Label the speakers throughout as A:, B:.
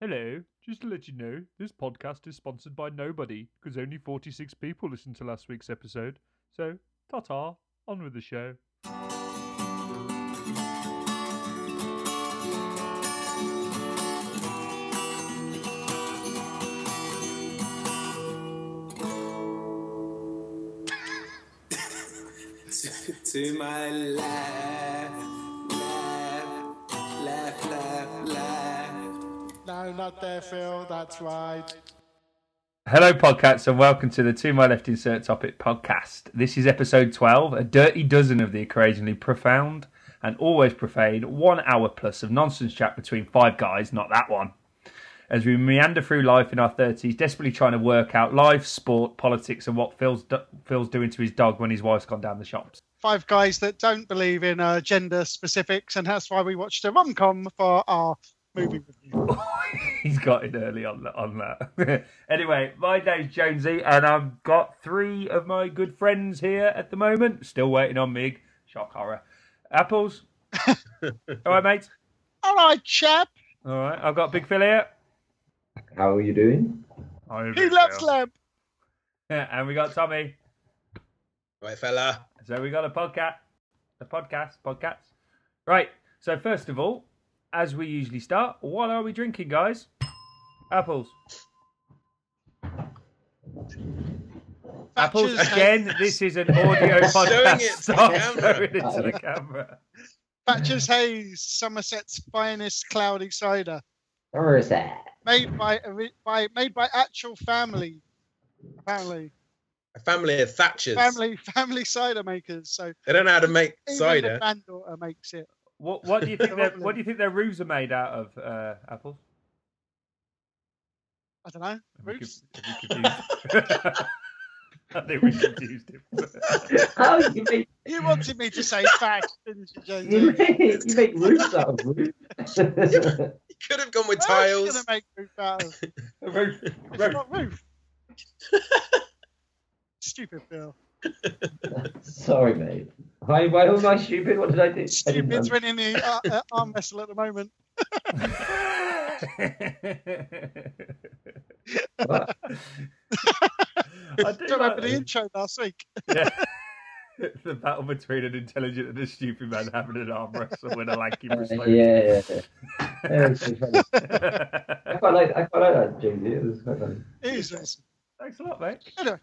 A: Hello, just to let you know, this podcast is sponsored by nobody because only 46 people listened to last week's episode. So, ta ta, on with the show.
B: to, to my left, left, left, left, left.
C: No, not there, Phil. That's right.
A: Hello, podcasts, and welcome to the To My Left Insert Topic podcast. This is episode 12, a dirty dozen of the occasionally profound and always profane one hour plus of nonsense chat between five guys, not that one. As we meander through life in our 30s, desperately trying to work out life, sport, politics, and what Phil's, do- Phil's doing to his dog when his wife's gone down the shops.
C: Five guys that don't believe in uh, gender specifics, and that's why we watched a rom com for our movie review.
A: He's got it early on that. On that. anyway, my name's Jonesy, and I've got three of my good friends here at the moment. Still waiting on Mig. Shock horror. Apples. All right, mate.
C: All right, chap.
A: All right, I've got Big Phil here.
D: How are you doing?
C: He loves Lem.
A: Yeah, and we got Tommy.
E: Right, fella.
A: So we got a podcast, a podcast, podcasts. Right. So first of all, as we usually start, what are we drinking, guys? Apples. Apples
C: Thatcher's,
A: again. This is an audio podcast.
E: it to the
A: Stop
E: camera.
A: showing it to the camera.
C: Thatcher's Haze, Somerset's finest cloudy cider,
D: Or is that?
C: made by ori- by made by actual family, apparently
E: A family of Thatchers.
C: family family cider makers. So
E: They don't know how to make
C: even
E: cider.
C: the granddaughter makes it.
A: What, what do you think? their,
C: Lovely.
A: what do you think their roofs are made out of? Uh, apples.
C: I don't know.
A: Have we
C: Roofs.
A: conf- have we confused- I think we confused him.
D: How Oh, you make
C: You wanted me to say fact, didn't you,
D: you
C: James?
D: make, you make roofs out of roof?
E: You could have gone with
C: Going
E: tiles.
C: to make roof out of.
A: A roof,
C: It's
A: roof.
C: not roof. Stupid Bill.
D: Sorry, mate. Why, why am I stupid? What did I do? I didn't
C: Stupid's winning the uh, uh, arm wrestle at the moment.
A: I
D: know. What?
A: do
C: Don't
A: like
C: remember the intro last week.
A: yeah. the battle between an intelligent and a stupid man having an arm wrestle with a lanky
D: Uh,
A: wrestler.
D: yeah, yeah, yeah. Yeah, it was pretty funny. I
A: Thanks
D: quite like I quite like that, James. It was quite funny.
C: It is awesome.
A: a lot, mate.
C: Anyway.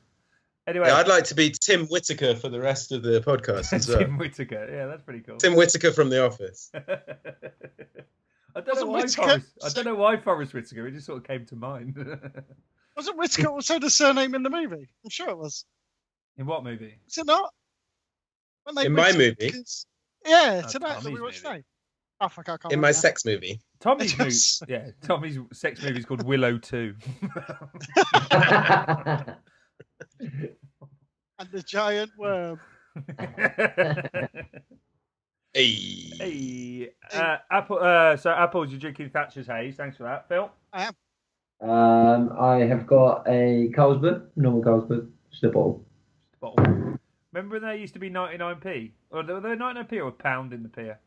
A: Anyway,
E: Yeah, I'd like to be Tim Whittaker for the rest of the podcast as well.
A: Tim Whittaker. Yeah, that's pretty cool.
E: Tim Whittaker from The Office.
A: I don't know
C: Wasn't
A: why
C: Whittaker-
A: Forrest. I don't know why Forrest Whitaker. It just sort of came to mind.
C: Wasn't Whitaker also the surname in the movie? I'm sure it was.
A: In what movie?
C: Is it not? When
E: In my
C: Whitaker-
E: movie?
C: Yeah,
A: Oh,
C: tonight that we
A: Tommy's
C: watched
A: movie.
C: today. Oh, fuck, I can't
E: In my
C: remember.
E: sex movie.
A: Tommy's movie.
C: Yes.
A: Yeah, Tommy's sex movie is called Willow Two.
C: And the giant worm.
E: Hey.
A: Hey, uh, apple. Uh, so apples, you're drinking Thatcher's haze. Thanks for that, Phil.
D: um, I have got a Carlsberg, normal Carlsberg, just a bottle.
A: Bottle. Remember when there used to be 99p, or were they 99p or a pound in the pier?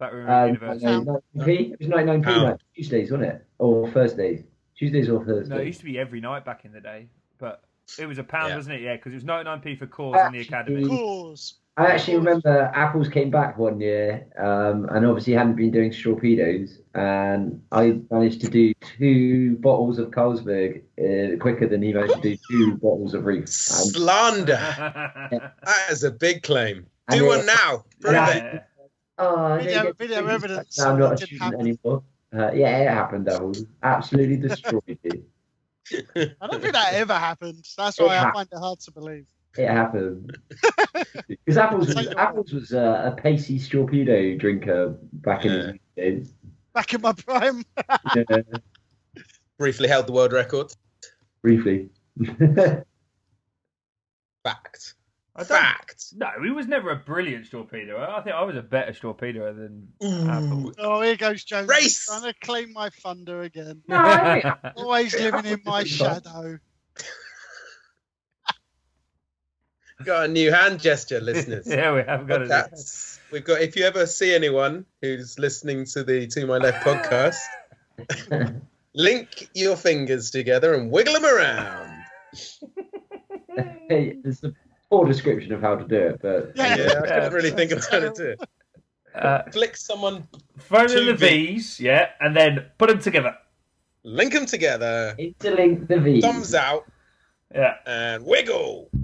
A: That room
D: Uh,
A: university.
C: Pound.
D: 99p? It was 99p
E: Pound.
D: like Tuesdays, wasn't it? Or Thursdays? Tuesdays or Thursdays?
A: No, it used to be every night back in the day, but it was a pound,
E: Yeah.
A: wasn't it? Yeah, because it was 99p for cause in the
E: Mm.
A: academy.
D: Actually-
C: Cause.
D: I actually remember Apples came back one year, um, and obviously hadn't been doing torpedoes, and I managed to do two bottles of Carlsberg uh, quicker than he managed to do two bottles of Reef. And,
E: Slander. That is a big claim.
D: And
E: Do
D: it-
E: one now. Prove
D: Yeah.
E: it.
A: Yeah.
D: oh,
C: Video-
D: I didn't get
C: video
D: torpedoes back
C: evidence
D: now I'm not a
C: that it
D: student
C: happened.
D: anymore. Uh, yeah, it happened. Apples absolutely destroyed you.
C: I don't think that ever happened. That's why I find it hard to believe.
D: It happened because Apples was, Apples was a, a pacey torpedo drinker back in the days.
C: Back in my prime.
D: Yeah,
E: Briefly held the world record.
D: briefly.
E: Fact.
A: I don't-
E: Fact.
A: No, he was never a brilliant torpedo. I think I was a better torpedo than
E: Ooh.
A: Apple.
C: Oh, here goes Jones.
E: Race!
C: Trying to claim my thunder again.
D: No, I mean,
C: Always living in my shadow.
E: Got a new hand gesture, listeners.
A: yeah, we have got it.
E: That's, we've got. If you ever see anyone who's listening to the To My Left podcast Link your fingers together and wiggle them around.
D: Hey, it's a poor description of how to do it, but
C: Yeah.
E: Yeah, I couldn't really think of how to do it.
A: Uh,
E: Flick someone,
A: throw in
E: Two
A: the V's, yeah, and then put them together.
E: link them together,
D: interlink the V.
E: thumbs out,
A: Yeah.
E: and wiggle.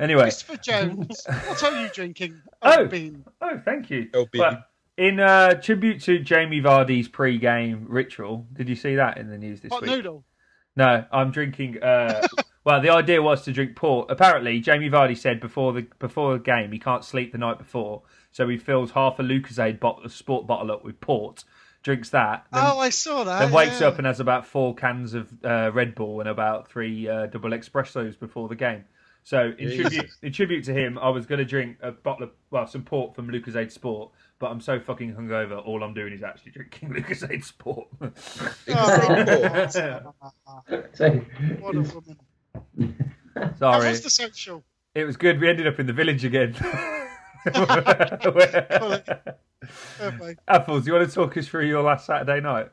A: Anyway,
C: Christopher Jones, what are you drinking?
A: Oh.
C: bean.
A: oh, thank you.
E: Oh, baby.
A: But in uh, tribute to Jamie Vardy's pre-game ritual, did you see that in the news this
D: Oh,
C: Hot
A: week?
C: noodle.
A: No, I'm drinking. Uh, well, the idea was to drink port. Apparently, Jamie Vardy said before the before the game he can't sleep the night before, so he fills half a Lucasade bottle, sport bottle up with port, drinks that, then,
C: oh, I saw that.
A: then wakes
C: yeah.
A: up and has about four cans of uh, Red Bull and about three uh, double espressos before the game. So in
E: Jesus.
A: tribute, in tribute to him, I was going to drink a bottle of well some port from Lucasade Sport, but I'm so fucking hungover. All I'm doing is actually drinking Lucasade Sport.
C: Oh,
D: So,
C: what a woman. How
A: Sorry.
C: was the social?
A: It was good. We ended up in the village again.
C: Fair
A: Apples, you want to talk us through your last Saturday night?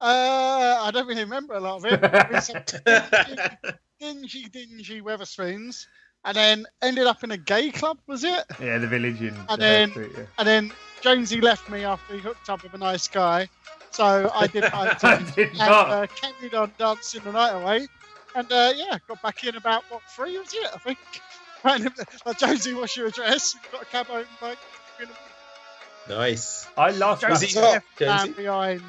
C: Uh, I don't really remember a lot of it. It was some dingy, dingy, dingy Weatherspoons, and then ended up in a gay club, was it?
A: Yeah, the village in
C: And then- And then Jonesy left me after he hooked up with a nice guy, so I did my
A: I
C: time
A: did
C: and
A: not.
C: uh, carried on dancing the night away. And uh, yeah, got back in about what three was it? I think. Random, like Jonesy, what's your address? We've got a cab home. Like, we're gonna
E: Nice.
A: I lost.
E: Was he
A: That,
C: Jonesy
E: hot,
C: left man
E: Jonesy?
C: behind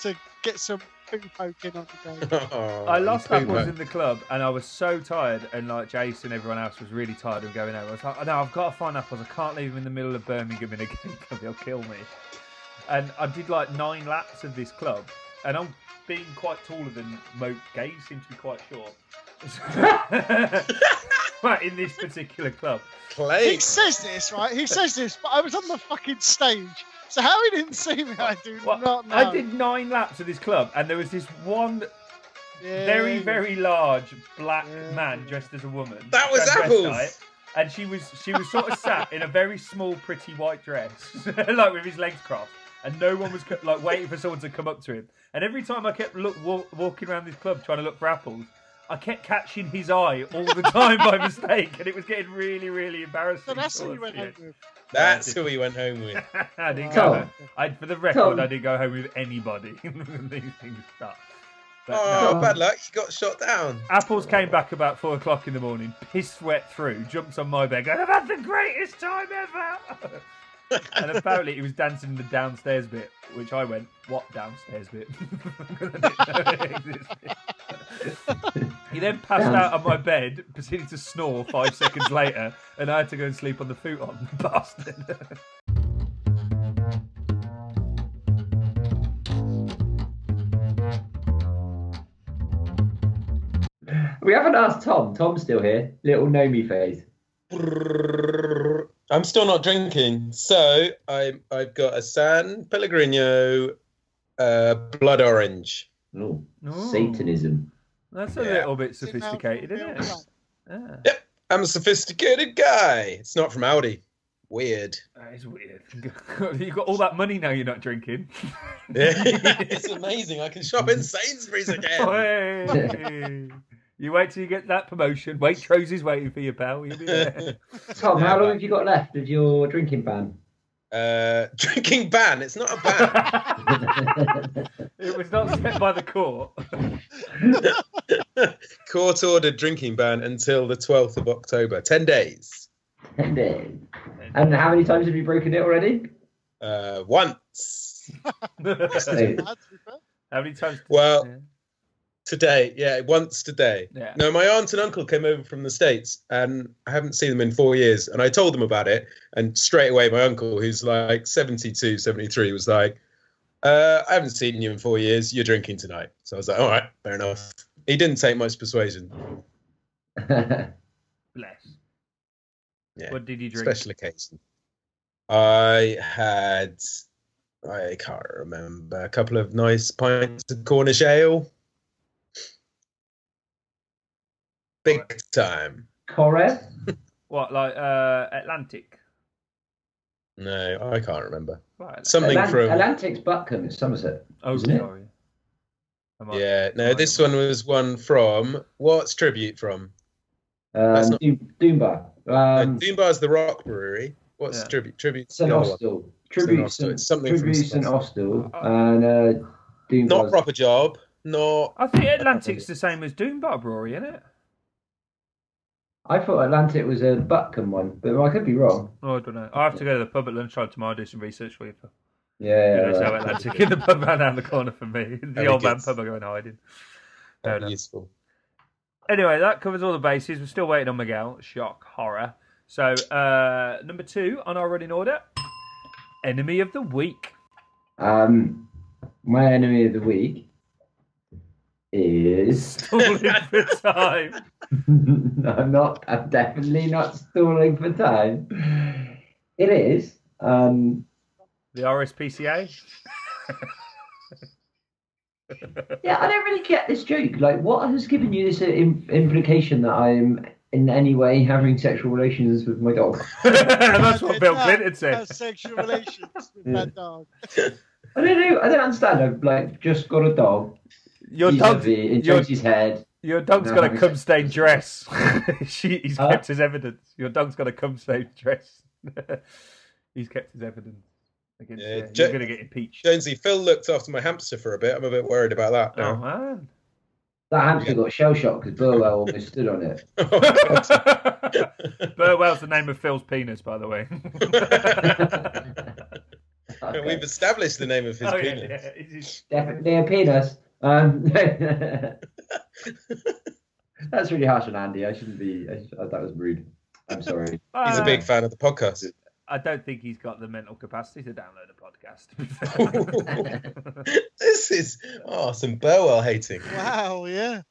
C: to get some poo poking on the day.
E: Oh,
A: Um, I lost
E: you
A: apples
E: poo-poo.
A: in the club, and I was so tired. And like Jason, everyone else was really tired of going out. I was like, "No, I've got to find apples. I can't leave them in the middle of Birmingham in a game club. They'll kill me." And I did like nine laps of this club, and I'm being quite taller than most gays seem to be quite short. but in this particular club,
E: Clay.
C: He says this, right? He says this, but I was on the fucking stage. So how he didn't see me, I do
A: Well,
C: not know.
A: I did nine laps of this club, and there was this one
C: Yeah.
E: Um,
A: very, very large black
C: Yeah.
A: man dressed as a woman.
E: That was
A: transvestite,
E: apples.
A: And she was she was sort of sat in a very small, pretty white dress, like with his legs crossed, and no one was co- like waiting for someone to come up to him. And every time I kept look, wa- walking around this club trying to look for apples, I kept catching his eye all the time by mistake, and it was getting really, really embarrassing.
C: So that's
A: towards
C: who you went
A: the
C: home
A: end.
C: with.
E: That's who he went home with.
A: I didn't go.
D: Tom.
A: home. I, for the record,
D: Tom.
A: I didn't go home with anybody. when These things start. But, no.
E: Oh, bad luck. You got shot down.
A: Apples came back about four o'clock in the morning, piss wet through, jumped on my bed, going, I've had the greatest time ever! and apparently he was dancing the downstairs bit, which I went, What downstairs bit? 'Cause I didn't know it existed. he then passed out on my bed, proceeded to snore five seconds later, and I had to go and sleep on the futon, bastard.
D: we haven't asked Tom. Tom's still here. Little gnomey face.
E: I'm still not drinking, so I'm, I've got a San Pellegrino uh, blood orange.
D: Oh,
A: Ooh.
D: Satanism.
A: That's a
E: Yeah.
A: little bit
C: See, now,
A: sophisticated,
C: real
A: isn't it?
C: club.
A: Yeah.
E: I'm a sophisticated guy. It's not from Audi. Weird.
A: That is weird. You've got all that money now you're not drinking.
E: it's amazing. I can shop in Sainsbury's again.
A: Hey. you wait till you get that promotion. Waitrose is waiting for you, pal. You'll be there.
D: Tom,
E: Yeah,
D: how long
E: but-
D: have you got left of your drinking ban?
E: Uh, drinking ban. It's not a ban.
A: it was not set by the court.
E: Court ordered drinking ban until the 12th of October. 10 days.
D: And then- and how many times have you broken it already?
E: Uh, once.
A: How
D: So,
C: That's the first.
A: many times?
E: Well,
A: Yeah.
E: today. Yeah, once today.
A: Yeah.
E: No, my aunt and uncle came over from the States and I haven't seen them in four years. And I told them about it. And straight away, my uncle, who's like 72, 73, was like, uh, I haven't seen you in four years. You're drinking tonight. So I was like, all right, fair enough. He didn't take much persuasion.
A: Bless.
E: Yeah.
A: What did you drink?
E: Special occasion. I had, I can't remember, a couple of nice pints of Cornish ale. Big time.
D: Correv?
A: What like uh, Atlantic?
E: No, I can't remember.
A: Right.
E: Something
D: Atlant-
E: from
D: Atlantic's Buckham in Somerset.
A: oh,
D: isn't it?
A: sorry. Am I-
E: yeah. No,
A: Right.
E: this one was one from what's tribute from? That's
D: Um,
E: not-
D: Doom- Doomba. Um,
E: Um, Doombar's the Rock Brewery. What's
A: Yeah.
E: tribute? Tribute.
D: St.
E: no,
D: Austell. Tribute
E: Austell.
D: St.
E: It's something from
D: Tribute
E: St.
D: St. Austell.
A: Oh.
D: And uh, Doomba's.
E: not proper job. Not
A: I think Atlantic's the same as Doombar Brewery, isn't it?
D: I thought Atlantic was a Buckham one, but I could be wrong.
A: Oh, I don't know. I have to go to the pub at lunchtime tomorrow. Do some research for you. Phil.
D: Yeah.
A: You know, so
D: right.
A: Atlantic in the pub round down the corner from me. The
E: Very
A: old man
E: good.
A: pub I go and hide in. Fair enough.
E: useful.
A: Anyway, that covers all the bases. We're still waiting on Miguel. Shock, horror. So, uh, number two on our running order Enemy of the Week.
D: Um, my enemy of the week is.
A: Stalling for time.
D: I'm not. I'm definitely not stalling for time. It is. Um,
A: The RSPCA.
D: yeah, I don't really get this joke. Like, what has given you this uh, im- implication that I'm in any way having sexual relations with my dog?
A: That's what Bill
C: Yeah,
A: Clinton said.
C: Have sexual relations with
D: Yeah.
C: that dog.
D: I don't know. I don't understand. I've like just got a dog.
A: Your
D: He's
A: dog,
D: lovely. It
A: your,
D: enjoys his head.
A: your dog's
D: No,
A: got a
D: he's-
A: cum stained dress. she, he's
D: Huh?
A: kept his evidence. Your dog's got a cum stained dress. he's kept his evidence. Against,
E: Yeah,
A: uh,
E: Jo-
A: you're going to get impeached.
E: Jonesy, Phil looked after my hamster for a bit. I'm a bit worried about that
A: oh,
E: now.
A: man.
D: That hamster got shell shocked because Burwell almost stood on it.
A: Oh. Burwell's the name of Phil's penis, by the way.
D: Okay.
E: We've established the name of his
A: Oh, yeah,
E: penis.
A: yeah, it is-
D: Definitely a penis. Um, that's really harsh on Andy. I shouldn't be. I, sh- oh, that was rude. I'm sorry.
E: He's a
A: Uh,
E: big fan of the podcast.
A: I don't think he's got the mental capacity to download a podcast.
E: This is oh, some Burwell hating.
C: Wow, yeah.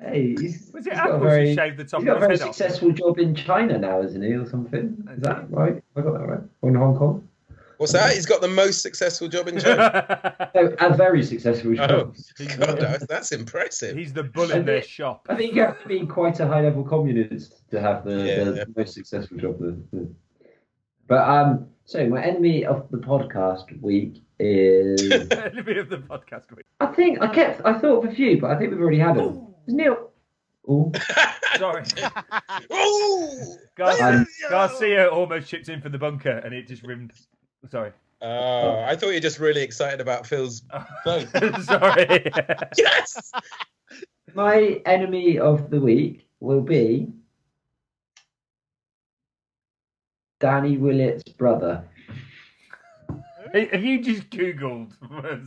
D: Hey, he's,
A: Was
D: he's
A: it
D: got a
A: apples
D: very,
A: who shaved the top
D: he's
A: of
D: got a very
A: his head off?
D: successful job in China now, isn't he, or something? Is that right? Have I got that right. Or in Hong Kong.
E: What's that? He's got the most successful job in China.
D: No, a very successful job.
E: Oh, God, that's, that's impressive.
A: he's the bull in their shop.
D: I think you have to be quite a high level communist to have the,
E: Yeah,
D: the
E: yeah.
D: most successful job. The, the- But um, so my enemy of the podcast week is
A: Enemy of the podcast. week.
D: I think I kept I thought of a few, but I think we've already had them. Is Neil? Oh,
A: Sorry,
E: oh!
A: Gar-
D: Um,
A: Garcia almost chipped in for the bunker, and it just rimmed. Sorry,
E: Oh, I thought you were just really excited about Phil's. Both.
A: sorry.
E: Yes!
D: my enemy of the week will be Danny Willett's brother.
A: Have you just googled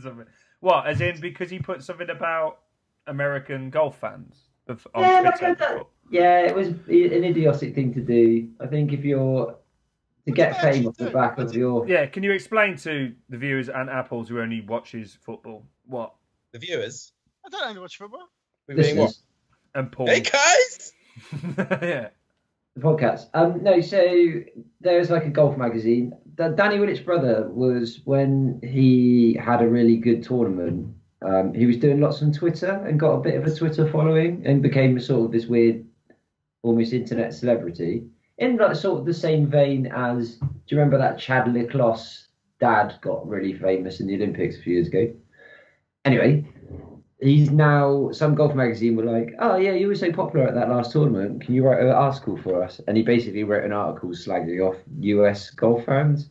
A: something? what? As in because he put something about American golf fans? Of, on
D: Yeah,
A: Twitter
D: like I
A: before?
D: Yeah, it was an idiotic thing to do. I think if you're to get
C: did they
D: fame
C: actually
D: off the
C: do?
D: back of your
A: Yeah, can you explain to the viewers and Apples who only watches football what
E: The viewers.
C: I don't only watch football.
E: We're being what?
D: listeners,
A: and Paul?
E: Hey, guys!
A: yeah,
D: the podcast. Um, no, so there's like a golf magazine. Da- Danny Willett's brother was when he had a really good tournament. Um, he was doing lots on Twitter and got a bit of a Twitter following and became sort of this weird, almost internet celebrity in like sort of the same vein as. Do you remember that Chad Liclos dad got really famous in the Olympics a few years ago? Anyway, he's now some golf magazine were like, "Oh yeah, you were so popular at that last tournament. Can you write an article for us?" And he basically wrote an article slagging off U.S. golf fans.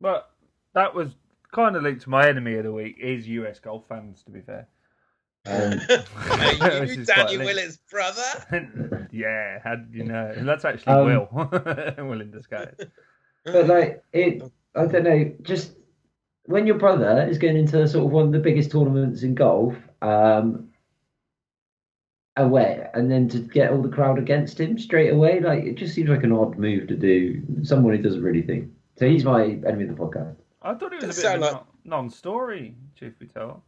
A: but that was kind of linked to my enemy of the week is US golf fans. To be fair,
D: Um,
E: Are
A: Which
E: you
A: is
E: Danny
A: quite late.
E: Willett's brother?
A: yeah, how do you know? And that's actually
D: Um,
A: Will, Will in disguise.
D: but uh, like it, I don't know. Just when your brother is going into sort of one of the biggest tournaments in golf, um, away, and then to get all the crowd against him straight away, like it just seems like an odd move to do. Someone who doesn't really think. So he's my enemy of the podcast.
A: I thought it was a bit
E: Sound
A: of a
E: like-
A: non- non-story, truth be told.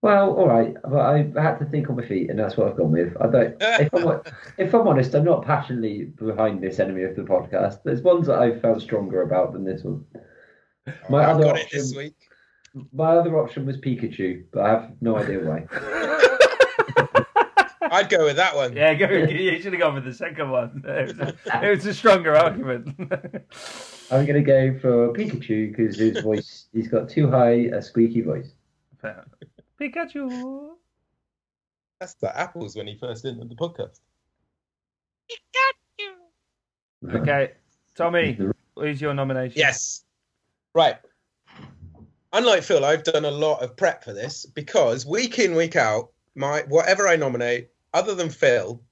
D: Well, all right, but I had to think on my feet, and that's what I've gone with. I don't. If I'm, hon- if I'm honest, I'm not passionately behind this enemy of the podcast. There's ones that I felt stronger about than this one.
E: Oh,
D: My
E: I've
D: other
E: got it this
D: option-
E: week.
D: My other option was Pikachu, but I have no idea why.
E: I'd go with that one.
A: Yeah, go, you should have gone with the second one. It was a, it was a stronger argument.
D: I'm gonna go for Pikachu because his voice, he's got too high a squeaky voice.
A: Pikachu.
E: That's the apples when he first entered the podcast.
A: Okay, Tommy, who's your nomination?
E: Yes. Right. Unlike Phil, I've done a lot of prep for this because week in, week out, my whatever I nominate, other than Phil,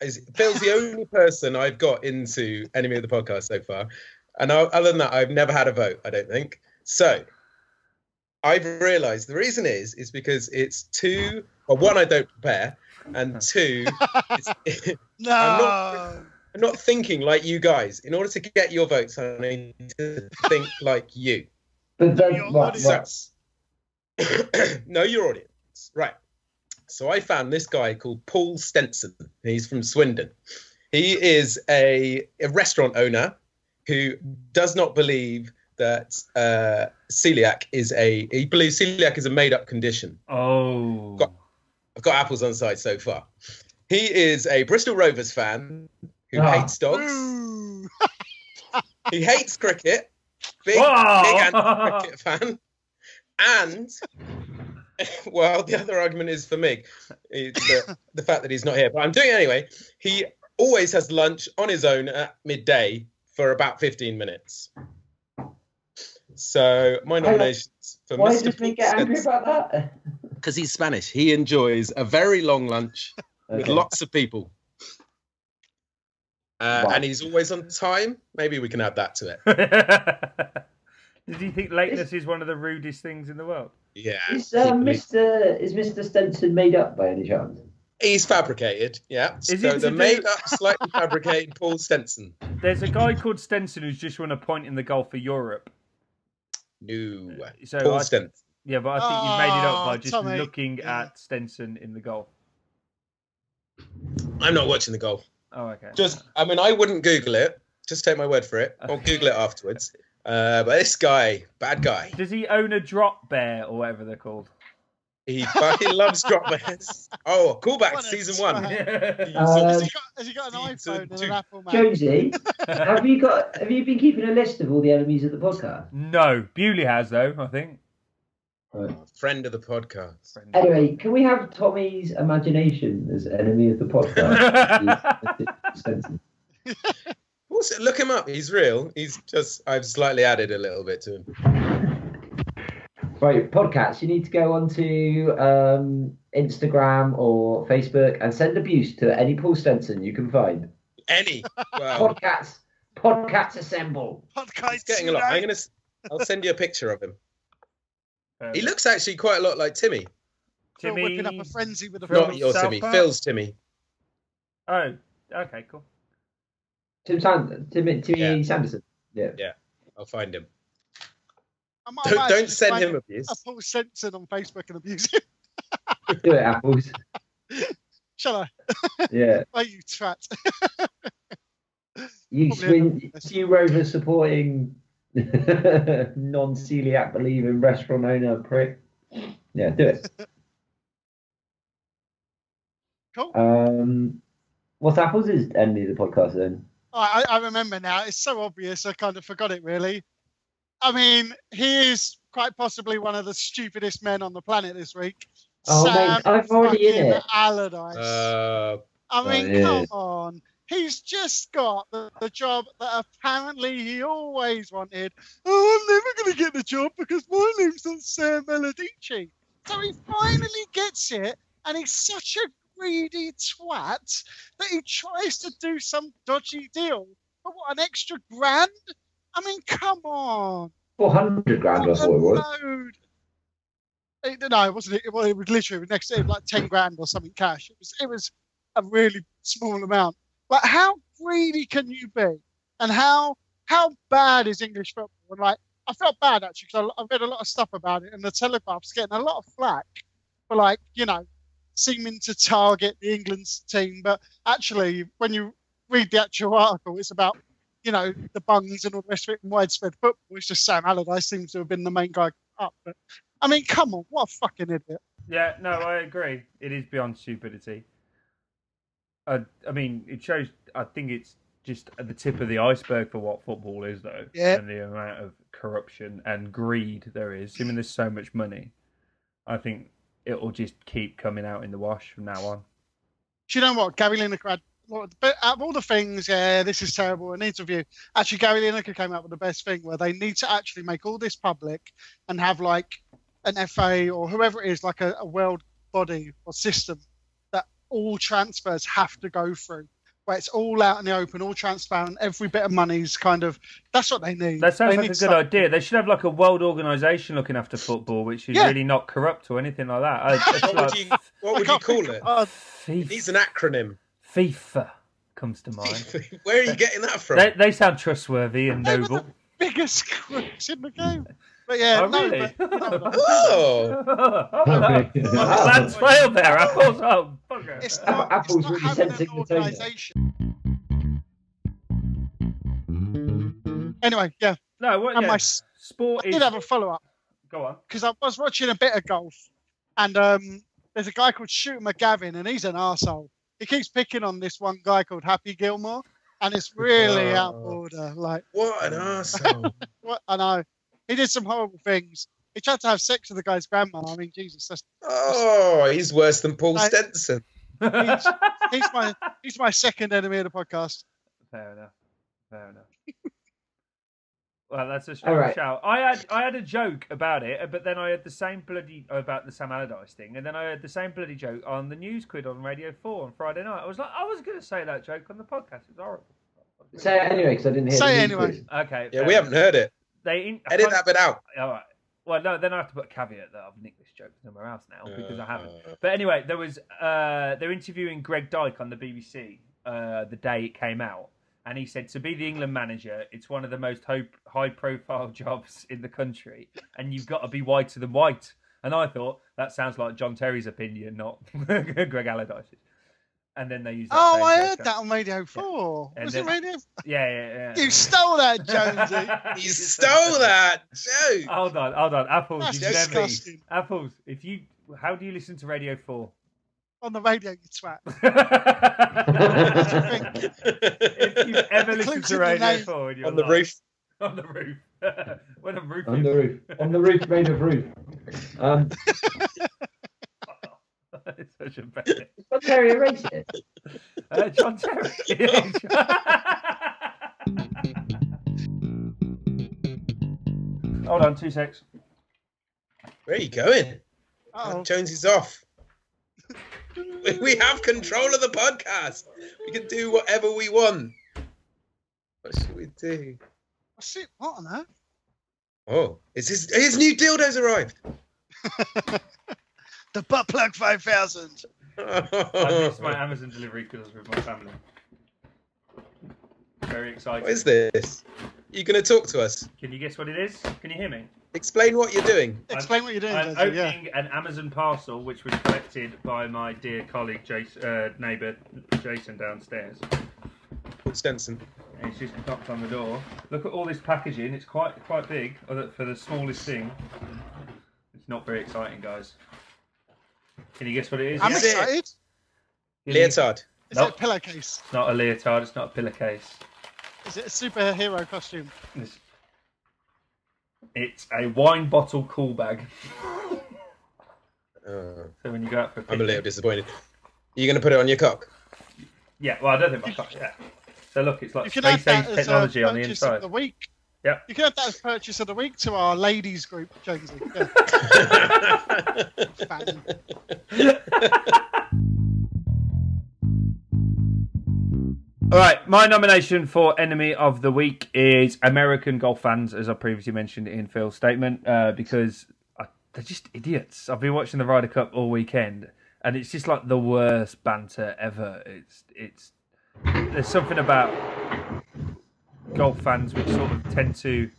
E: is Phil's the only person I've got into enemy of the podcast so far, and I, other than that, I've never had a vote. I don't think so. I've realised the reason is is because it's two. Well, one, I don't prepare, and two, it's,
C: No.
E: I'm not thinking like you guys. In order to get your votes, I need to think like you.
D: But that's
C: Your
D: what,
C: audience-
E: So,
D: what,
E: know your audience. Right. So I found this guy called Paul Stenson. He's from Swindon. He is a, a restaurant owner who does not believe that uh, celiac is a. He believes celiac is a made-up condition.
A: Oh.
E: Got- I've got apples on side so far. He is a Bristol Rovers fan who
D: Ah.
E: hates dogs.
C: Ooh.
E: he hates cricket. Big,
A: Whoa!
E: big anti-cricket fan. And well, the other argument is for me, is the, the fact that he's not here. But I'm doing it anyway. He always has lunch on his own at midday for about 15 minutes. So my
D: Hang on.
E: nominations for
D: why
E: Mr.
D: did we get angry about that?
E: because he's Spanish. He enjoys a very long lunch with
D: Okay.
E: lots of people. Uh,
D: Wow.
E: And he's always on time. Maybe we can add that to it.
A: Did you think lateness is one of the rudest things in the world?
E: Yeah.
D: Is uh, Mr. Is Mr. Stenson made up by any chance?
E: He's fabricated. Yeah.
A: it
E: so
A: to
E: the
A: do-
E: made up, slightly fabricated Paul Stenson.
A: There's a guy called Stenson who's just won a point in the goal for Europe.
E: No.
A: So
E: Paul
A: I,
E: Stenson.
A: yeah, but I think you made it up by
C: Oh,
A: just
C: Tommy.
A: looking
C: Yeah.
A: at Stenson in the goal.
E: I'm not watching the golf.
A: Oh, okay.
E: Just, I mean, I wouldn't Google it. Just take my word for it. Or
A: Okay.
E: Google it afterwards. Uh, but this guy, bad guy,
A: Does he own a drop bear or whatever they're called?
E: he fucking loves drop bears. Oh, callback
C: What a
E: season one.
C: twat.
A: yeah.
E: He's
C: Has
E: obviously-
C: he, got, has he got an
E: Two-
C: iPhone and
E: two-
C: an Apple Mac?
D: Josie, have you got? Have you been keeping a list of all the enemies of the podcast?
A: No, Bewley has though. I think.
E: friend of the podcast.
D: Anyway, can we have Tommy's imagination as enemy of the podcast? Stenson.
E: Also, look him up. He's real. He's just, I've slightly added a little bit to him.
D: Right, podcasts. You need to go onto um, Instagram or Facebook and send abuse to any Paul Stenson you can find.
E: Any. Wow.
D: Podcasts, podcasts assemble.
C: Podcast
E: He's getting a lot. I'm
C: tonight.
E: going to, I'll send you a picture of him.
A: Um,
E: He looks actually quite a lot like Timmy.
C: Phil whipping up
A: Timmy-
C: a frenzy with a
A: Phil
E: Not
A: from
E: your
A: South
E: Timmy,
A: Park?
E: Phil's Timmy.
A: Oh, okay, cool.
D: Tim, San- Tim, Timmy
E: Yeah.
D: Sanderson. Yeah.
E: I'll find him.
C: I might
E: Don't,
C: imagine
E: don't
C: Oh, just
E: send
C: finding
E: him abuse.
C: a Paul Stenson on Facebook and abuse him.
D: Do it, apples.
C: Shall I?
D: Yeah.
C: Oh, you twat.
D: You
C: Probably
D: swin-
C: not.
D: you Rover supporting non celiac believing restaurant owner prick. Yeah, do it.
C: Cool.
D: Um, what's Apple's is ending the podcast then?
C: I, I I remember now. It's so obvious. I kind of forgot it, really. I mean, he is quite possibly one of the stupidest men on the planet this week.
D: Oh, mate, I've already in
C: fucking
D: it.
C: Allardyce.
E: Uh,
C: I mean,
D: yeah.
C: come on. He's just got the, the job that apparently he always wanted. Oh, I'm never going to get the job because my name's not Sam Melodici. So he finally gets it, and he's such a greedy twat that he tries to do some dodgy deal for what, an extra grand? I mean, come on.
D: Four hundred grand, I
C: What a
D: thought it was.
C: load. It- no, it wasn't. It, well, it was literally next to it, was like ten grand or something cash. It was it was a really small amount. But how greedy can you be? And how how bad is English football? And like, I felt bad actually because I, I read a lot of stuff about it, and the Telegraph's getting a lot of flack for like you know seeming to target the England team, but actually when you read the actual article, it's about you know, the bungs and all the rest of it in widespread football. It's just Sam Allardyce seems to have been the main guy up. But I mean, come on, what a fucking idiot.
A: Yeah, no, I agree. It is beyond stupidity. I, I mean, it shows. I think it's just at the tip of the iceberg for what football is, though.
C: Yeah.
A: And the amount of corruption and greed there is. I mean, there's so much money. I think it will just keep coming out in the wash from now on.
C: Do you know what? Gary Lineker had, but out of all the things, yeah, this is terrible. An interview. Actually, Gary Lineker came up with the best thing where they need to actually make all this public and have like an FA or whoever it is, like a, a world body or system that all transfers have to go through, where it's all out in the open, all transparent, every bit of money's kind of. That's what they need.
A: That sounds
C: They
A: like a
C: need
A: good
C: something.
A: idea. They should have like a world organisation looking after football, which is
C: Yeah.
A: really not corrupt or anything like that. I, it's
E: What would
A: like
E: you What would you call it?
C: Uh,
E: It needs an
A: FIFA,
E: acronym.
A: FIFA comes to mind.
E: Where are you getting that from?
A: They, they sound trustworthy and
C: They were the
A: noble.
C: biggest crooks in the game. But yeah,
A: Oh,
C: no,
A: really?
C: but, you know,
E: Whoa!
A: Oh,
D: Okay.
A: That's failed there, Apples. Oh, bugger.
C: it's
D: Apple-
C: not,
D: Apple's
C: it's not
D: really
C: having an
D: sensing the danger.
C: organisation. Anyway, yeah,
A: No, what,
C: and
A: yeah.
C: my s-
A: sport
C: I
A: is.
C: did have a follow up
A: Go on.
C: because I was watching a bit of golf, and um, there's a guy called Shooter McGavin, and he's an arsehole. He keeps picking on this one guy called Happy Gilmore, and it's really
E: Oh.
C: out of order. Like,
E: What an arsehole.
C: what? I know he did some horrible things. He tried to have sex with the guy's grandma. I mean, Jesus, that's,
E: Oh, he's worse than Paul
C: Right.
E: Stenson.
C: he's, he's my he's my second enemy of the podcast.
A: Fair enough. Fair enough. well, that's a strong
D: All right.
A: shout. I had I had a joke about it, but then I had the same bloody about the Sam Allardyce thing, and then I had the same bloody joke on the News Quid on Radio Four on Friday night. I was like, I was going to say that joke on the podcast. It's horrible.
D: Say it anyway, because I didn't hear
C: Say
D: the
C: it anyway.
D: news.
A: Okay.
E: Yeah,
A: fair
E: we
A: enough.
E: haven't heard it.
A: They in- I
E: Edit
A: can't-
E: that bit out.
A: All right. Well, no, then I have to put a caveat that I've nicked this joke somewhere else now Oh, because I haven't.
E: Uh,
A: But anyway, there was uh, they're interviewing Greg Dyke on the BBC uh, the day it came out, and he said to be the England manager, it's one of the most ho- high-profile jobs in the country, and you've got to be whiter than white. And I thought that sounds like John Terry's opinion, not Greg Allardyce's. And then they used. That
C: Oh,
A: same
C: I
A: joke.
C: heard that on Radio 4.
A: And
C: Was
A: then-
C: it Radio 4?
A: Yeah, yeah, yeah.
C: You stole that, Jonesy.
E: You stole that joke.
A: Hold on, hold on, apples.
C: That's
A: You've never,
C: disgusting.
A: apples. If you, how do you listen to Radio Four?
C: On the radio, you twat.
A: if you've ever listened
C: Includes
A: to
C: the
A: Radio
C: name.
A: 4 in your
E: On the
A: life-
E: roof.
A: On the roof. when I'm roofing.
D: On the roof. On the roof, made of roof. Um,
A: it's such a bad
D: but Terry, a racist.
A: uh, John Terry. Hold on, two secs.
E: Where are you going?
C: Uh-oh.
E: Jones is off. We- We have control of the podcast. We can do whatever we want. What should we do?
C: What's it? What on earth?
E: Oh, is his his new dildo's arrived?
C: The butt plug 5000.
A: I missed my Amazon delivery because I was with my family. Very excited.
E: What is this? You gonna talk to us?
A: Can you guess what it is? Can you hear me?
E: Explain what you're doing.
C: Explain what you're doing,
A: I'm
C: Jonesy. Yeah.
A: opening an Amazon parcel which was collected by my dear colleague, Jason, uh, neighbour Jason downstairs.
E: Paul Stenson.
A: And he's just knocked on the door. Look at all this packaging. It's quite quite big for the- for the smallest thing. It's not very exciting, guys. Can you guess what it is?
C: I'm
A: Yeah?
E: Is it-
C: excited. Is
A: Can you-
E: Leotard.
A: Nope.
C: it a pillowcase?
A: It's not a leotard. It's not a pillowcase.
C: Is it a superhero costume?
A: It's, it's a wine bottle cool bag.
E: Oh,
A: So when you go out for a
E: I'm a
A: picnic-
E: little disappointed. You're gonna put it on your cock?
A: yeah, well, I don't think my cock. Yeah. So look, it's
C: You
A: like
C: can
A: space age
C: add that as a
A: technology on the
C: purchase
A: inside.
C: of the week.
A: Yeah.
C: You can add that as purchase of the week to our ladies group, Jonesy. Yeah. Fan.
A: All right, my nomination for enemy of the week is American golf fans, as I previously mentioned in Phil's statement, uh, because I, they're just idiots. I've been watching the Ryder Cup all weekend, and it's just like the worst banter ever. It's it's there's something about golf fans which sort of tend to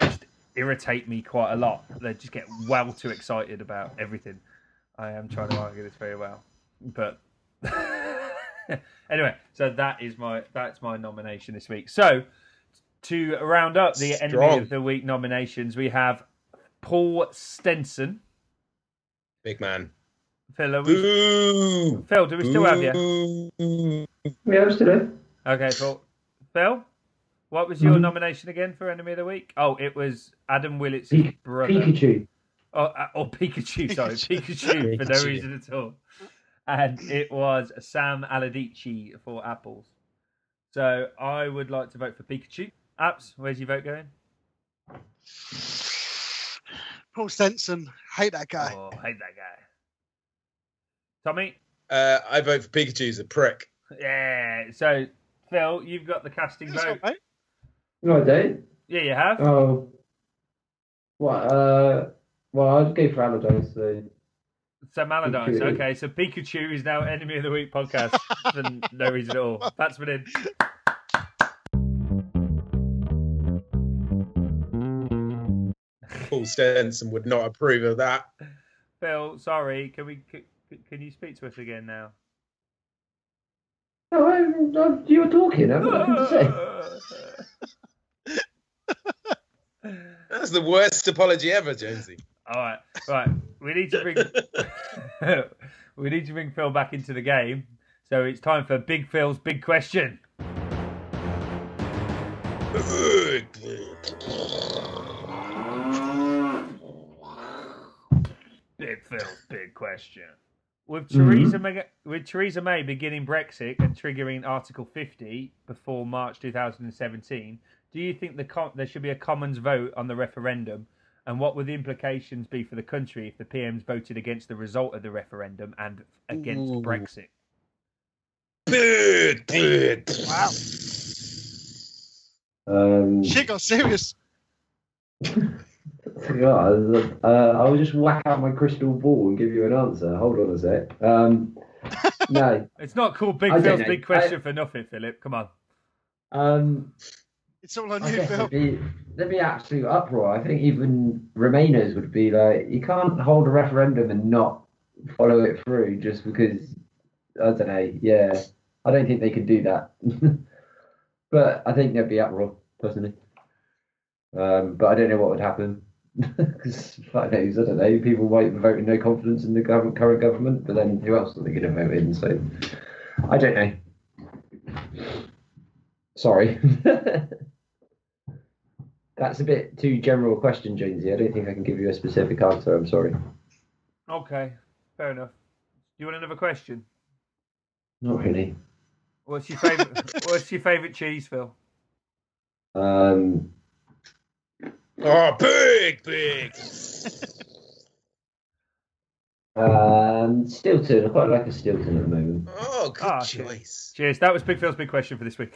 A: just irritate me quite a lot. They just get well too excited about everything. I am trying to argue this very well, but anyway, so that is my that's my nomination this week. So to round up the enemy
E: Strong.
A: of the week nominations, we have Paul Stenson,
E: Big man.
A: Phil, are we,
E: Boo!
A: Phil, do we still have you?
E: you?
D: Yeah, I'm still here.
A: Okay, cool. Phil, what was your
D: Mhm.
A: nomination again for Enemy of the Week? Oh, it was Adam Willett's
D: Pi-
A: brother.
D: Pikachu.
A: Oh, uh, or Pikachu, sorry, Pikachu for no
E: Pikachu.
A: reason at all. And it was Sam Aladici for apples. So I would like to vote for Pikachu. Apps, where's your vote going?
C: Paul Stenson, hate that guy.
A: Oh, I hate that guy. Tommy,
E: Uh, I vote for Pikachu's a prick.
A: yeah. So Phil, you've got the casting
C: That's all
A: vote.
C: right.
D: No, I don't.
A: Yeah, you have.
D: Oh. What? Uh, well, I'd go for Allardyce. So.
A: Sam Allardyce.
D: Pikachu.
A: Okay, so Pikachu is now enemy of the week podcast for no reason at all. That's been in.
E: Paul Stenson would not approve of that.
A: Phil, sorry. Can we? c- c- Can you speak to us again now?
D: No, I, I, you were talking. I've got nothing to say.
E: That's the worst apology ever, Jonesy.
A: All right, right. We need to bring we need to bring Phil back into the game. So it's time for Big Phil's big question.
E: Oh,
A: Big Phil's big question. With
D: Mm-hmm.
A: Theresa May, with Theresa May beginning Brexit and triggering Article 50 before March 2017, do you think the com- there should be a Commons vote on the referendum? And what would the implications be for the country if the PMs voted against the result of the referendum and against
E: Ooh.
A: Brexit?
C: Wow.
D: Um,
C: She got serious.
D: God, uh, I'll just whack out my crystal ball and give you an answer. Hold on a sec. Um, no.
A: It's not called Big
D: I don't
A: Phil's
D: know.
A: big question for nothing, Philip. Come on.
D: Um,
C: It's all on
D: I
C: you,
D: guess
C: Phil.
D: there'd be, there'd be absolute uproar. I think even Remainers would be like, you can't hold a referendum and not follow it through just because, I don't know, yeah. I don't think they could do that. but I think there'd be uproar, personally. Um, but I don't know what would happen. 'Cause fuck knows, I don't know. People might vote in no confidence in the gov- current government, but then who else are they going to vote in? So I don't know. Sorry. That's a bit too general a question, Jonesy. I don't think I can give you a specific answer. I'm sorry.
A: Okay, fair enough. You want another question?
D: Not really.
A: What's your favorite? what's your favorite cheese, Phil?
D: Um,
E: Oh, big, big.
D: um, Stilton. I quite like a Stilton at the moment.
E: Oh, good
A: Ah, okay.
E: choice.
A: Cheers. That was Big Phil's big question for this week.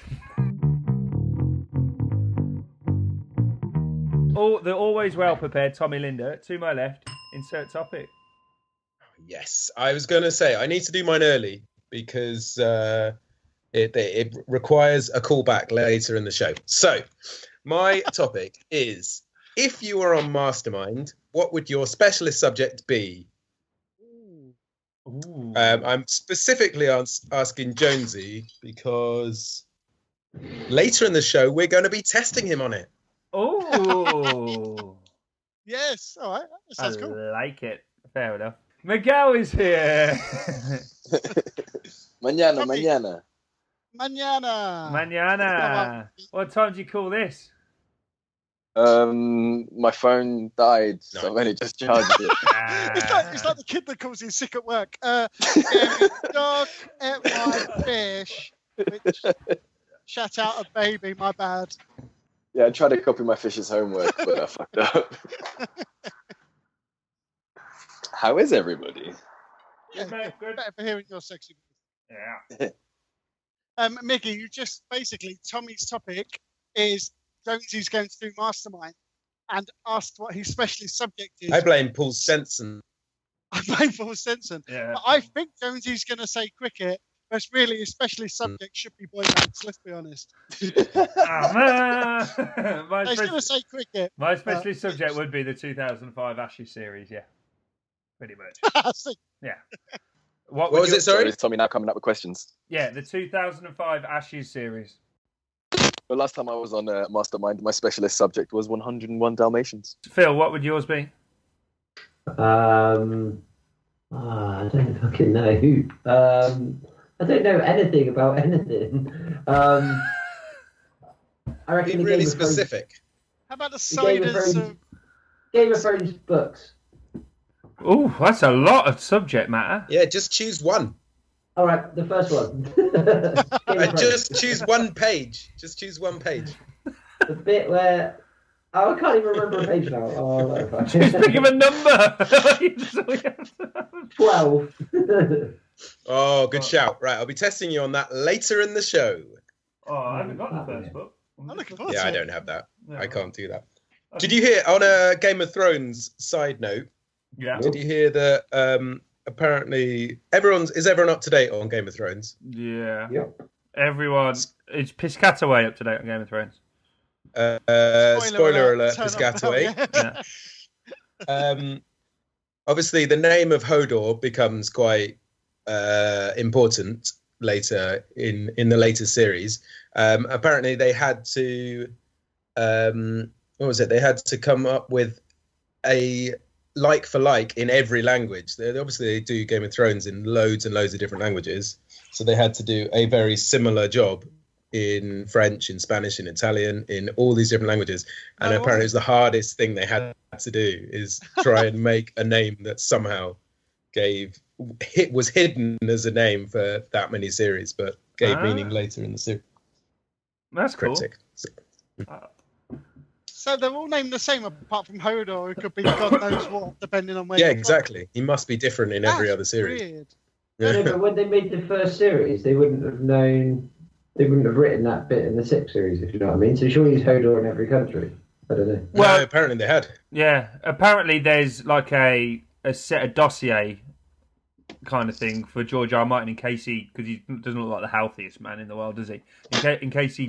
A: All the always well prepared Tommy Linder to my left. Insert topic.
E: Yes, I was going to say I need to do mine early because uh, it, it requires a callback later in the show. So, my topic is if you were on Mastermind, what would your specialist subject be?
A: Ooh.
C: Uh,
E: Um, I'm specifically ans- asking Jonesy because later in the show we're going to be testing him on it.
A: Ooh.
C: Yes, all right. That
A: I
C: sounds cool.
A: like it. Fair enough. Miguel is here.
F: Mañana,
C: Probably-
F: mañana.
C: Manana.
A: Manana. What time do you call this?
F: Um, my phone died, so
E: No.
F: I've only just charged it.
C: It's like, it's like the kid that comes in sick at work. Uh, yeah, my dog ate my fish, which shut out a baby. My bad.
F: yeah, I tried to copy my fish's homework, but I fucked up. How is everybody?
C: Yeah,
A: Mate, Ah. good.
C: better for hearing your sexy.
A: Yeah.
C: Um, Mickey, you just basically Tommy's topic is Jonesy's going to do mastermind, and asked what his specialist subject is.
E: I blame Paul Stenson.
C: I blame Paul Stenson.
A: Yeah.
C: But I think Jonesy's going to say cricket, whereas really his specialist
E: Hmm.
C: subject should be boy bands. Let's be honest.
A: Ah, man. my,
C: He's
A: spec-
C: going to say cricket.
A: my specialist subject would be the 2005 Ashes series. Yeah. Pretty much.
C: I think
E: What
A: What, would
E: was
A: you-
E: it? Sorry.
F: is Tommy now coming up with questions?
A: Yeah, the 2005 Ashes series.
F: The last time I was on uh, Mastermind, my specialist subject was 101 Dalmatians.
A: Phil, what would yours be?
D: Um, Ah, I don't fucking know who. Um, I don't know anything about anything. Um, I reckon
E: Be
D: the
E: really
D: Game of Thrones-
E: specific.
C: How about the um,
D: the Game of
C: Siders?
D: Thrones-
C: of-
D: Game of Thrones books.
A: Oh, that's a lot of subject matter.
E: Yeah, just choose one.
D: All right, the first one. Game of
E: Uh,
D: Thrones.
E: just choose one page. Just choose one page.
D: the bit where oh, I can't even remember a page now. Oh, no, fuck.
A: Just pick him a number.
D: Twelve.
E: Oh, good shout. Right, I'll be testing you on that later in the show.
A: oh, I haven't got the first book.
C: I'm looking forward
E: yeah,
C: to
E: I
C: it.
E: don't have that. I can't do that.
A: Okay.
E: Did you hear on a Game of Thrones side note?
A: Yeah.
E: Did you hear that? Um, apparently, everyone's is everyone up to date on Game of Thrones?
A: Yeah.
D: Yep.
A: Everyone, it's Piscataway up to date on Game of Thrones.
E: Uh, uh,
C: Spoiler
E: spoiler alert,
C: turn up
E: Piscataway.
C: now, yeah.
A: Yeah.
E: um, obviously, the name of Hodor becomes quite uh, important later in in the later series. Um, apparently, they had to um, what was it? They had to come up with a like for like in every language. They, they obviously do Game of Thrones in loads and loads of different languages, so they had to do a very similar job in French, in Spanish, in Italian, in all these different languages. And
C: Oh.
E: apparently, it was the hardest thing they had to do is try and make a name that somehow gave hit was hidden as a name for that many series, but gave
A: Ah.
E: meaning later in the series.
A: That's cool.
E: Cryptic. So-
C: So they're all named the same apart from Hodor, who could be God knows what, depending on where.
E: yeah,
C: you're from.
E: exactly. He must be different in every
C: That's
E: other series.
C: Weird.
D: no,
E: Yeah.
D: but when they made the first series, they wouldn't have known. They wouldn't have written that bit in the sixth series, if you know what I mean. So surely it's Hodor in every country. I don't know.
E: Well,
A: Well-
E: apparently they had.
A: Yeah. Apparently, there's like a a set of dossier kind of thing for George R. Martin in case he because he doesn't look like the healthiest man in the world, does he? In, ca- in case he,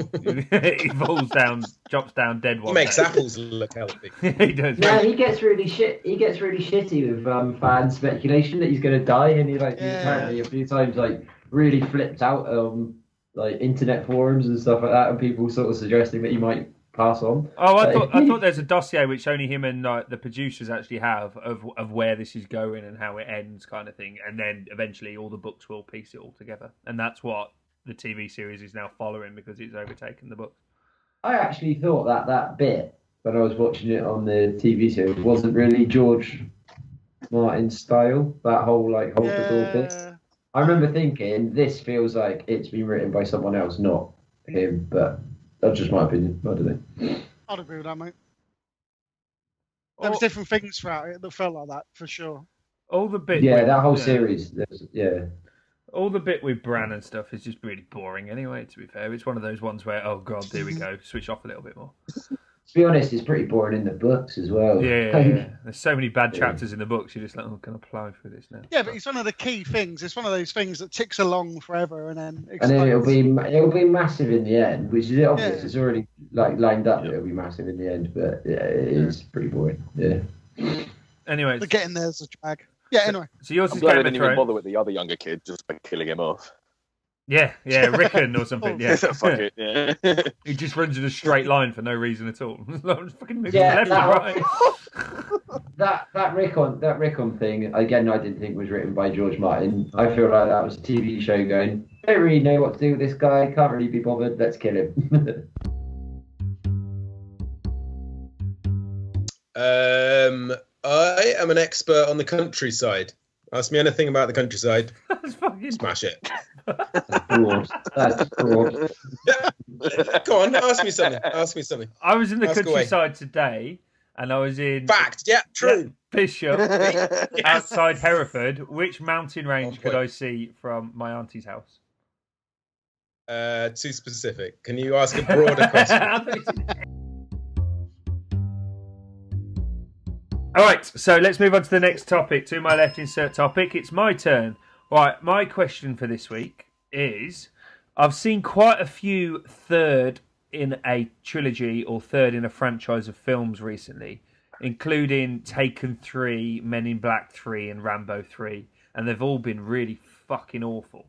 A: he falls down, drops down dead
E: He
A: one.
E: makes
A: day.
E: apples look healthy.
A: he does.
D: No, he gets really shit. He gets really shitty with um, fan speculation that he's going to die, and he like he's
C: Yeah.
D: apparently a few times like really flipped out um like internet forums and stuff like that, and people sort of suggesting that he might pass on.
A: Oh, I
D: But-
A: thought I thought there's a dossier which only him and like the producers actually have of of where this is going and how it ends, kind of thing. And then eventually, all the books will piece it all together, and that's what the TV series is now following because it's overtaken the book.
D: I actually thought that that bit when I was watching it on the TV show wasn't really George Martin's style. That whole like hold the door bit.
C: Yeah.
D: I remember thinking this feels like it's been written by someone else, not him. But that's just my opinion. I don't know.
C: I'd agree with that, mate. There was different things throughout it that felt like that for sure.
A: All the bit,
D: Yeah,
A: with-
D: that whole
A: yeah.
D: series. there's- Yeah.
A: all the bit with Bran and stuff is just really boring. Anyway, to be fair, it's one of those ones where oh god, there we go, switch off a little bit more.
D: To be honest, it's pretty boring in the books as
F: Oh.
D: well.
A: Yeah, yeah,
D: Like,
A: yeah. there's so many bad
D: Yeah.
A: chapters in the books. You're just like, oh, can I plow through this now?
C: Yeah, but it's one of the key things. It's one of those things that ticks along forever and then.
D: And then it'll
C: explodes.
D: be ma- it'll be massive in the end, which is obvious.
C: Yeah.
D: It's already like lined up.
A: Yeah.
D: It'll be massive in the end, but yeah, it is pretty boring. Yeah.
A: anyway,
C: But getting there's a drag. Yeah. Anyway,
A: so yours
F: I'm
A: is
F: glad I
A: Game of
F: didn't even
A: Thrones.
F: bother with the other younger kid just by killing him off.
A: Yeah, yeah, Rickon or something. Yeah,
F: Fuck it. Yeah.
A: He just runs in a straight line for no reason at all. I'm just fucking moving
D: Yeah,
A: left
D: that-
A: and right.
D: That that Rickon that Rickon thing again, I didn't think was written by George Martin. I feel like that was a TV show going. Don't really know what to do with this guy. Can't really be bothered. Let's kill him.
E: Um, I am an expert on the countryside. Ask me anything about the countryside,
A: That's fucking.
E: smash it.
D: Broad. That's broad.
E: Go on, ask me something. Ask me something.
A: I was in the
E: Ask away.
A: countryside today, and I was in
E: Fact. Yeah, true.
A: Bishop
E: Yes.
A: outside Hereford. Which mountain range
E: On
A: could
E: point.
A: I see from my auntie's house?
E: Uh, too specific. Can you ask a broader question?
A: All right, so let's move on to the next topic. To my left, insert topic. It's my turn. Right, my question for this week is: I've seen quite a few third in a trilogy or third in a franchise of films recently, including Taken Three, Men in Black Three, and Rambo Three, and they've all been really fucking awful.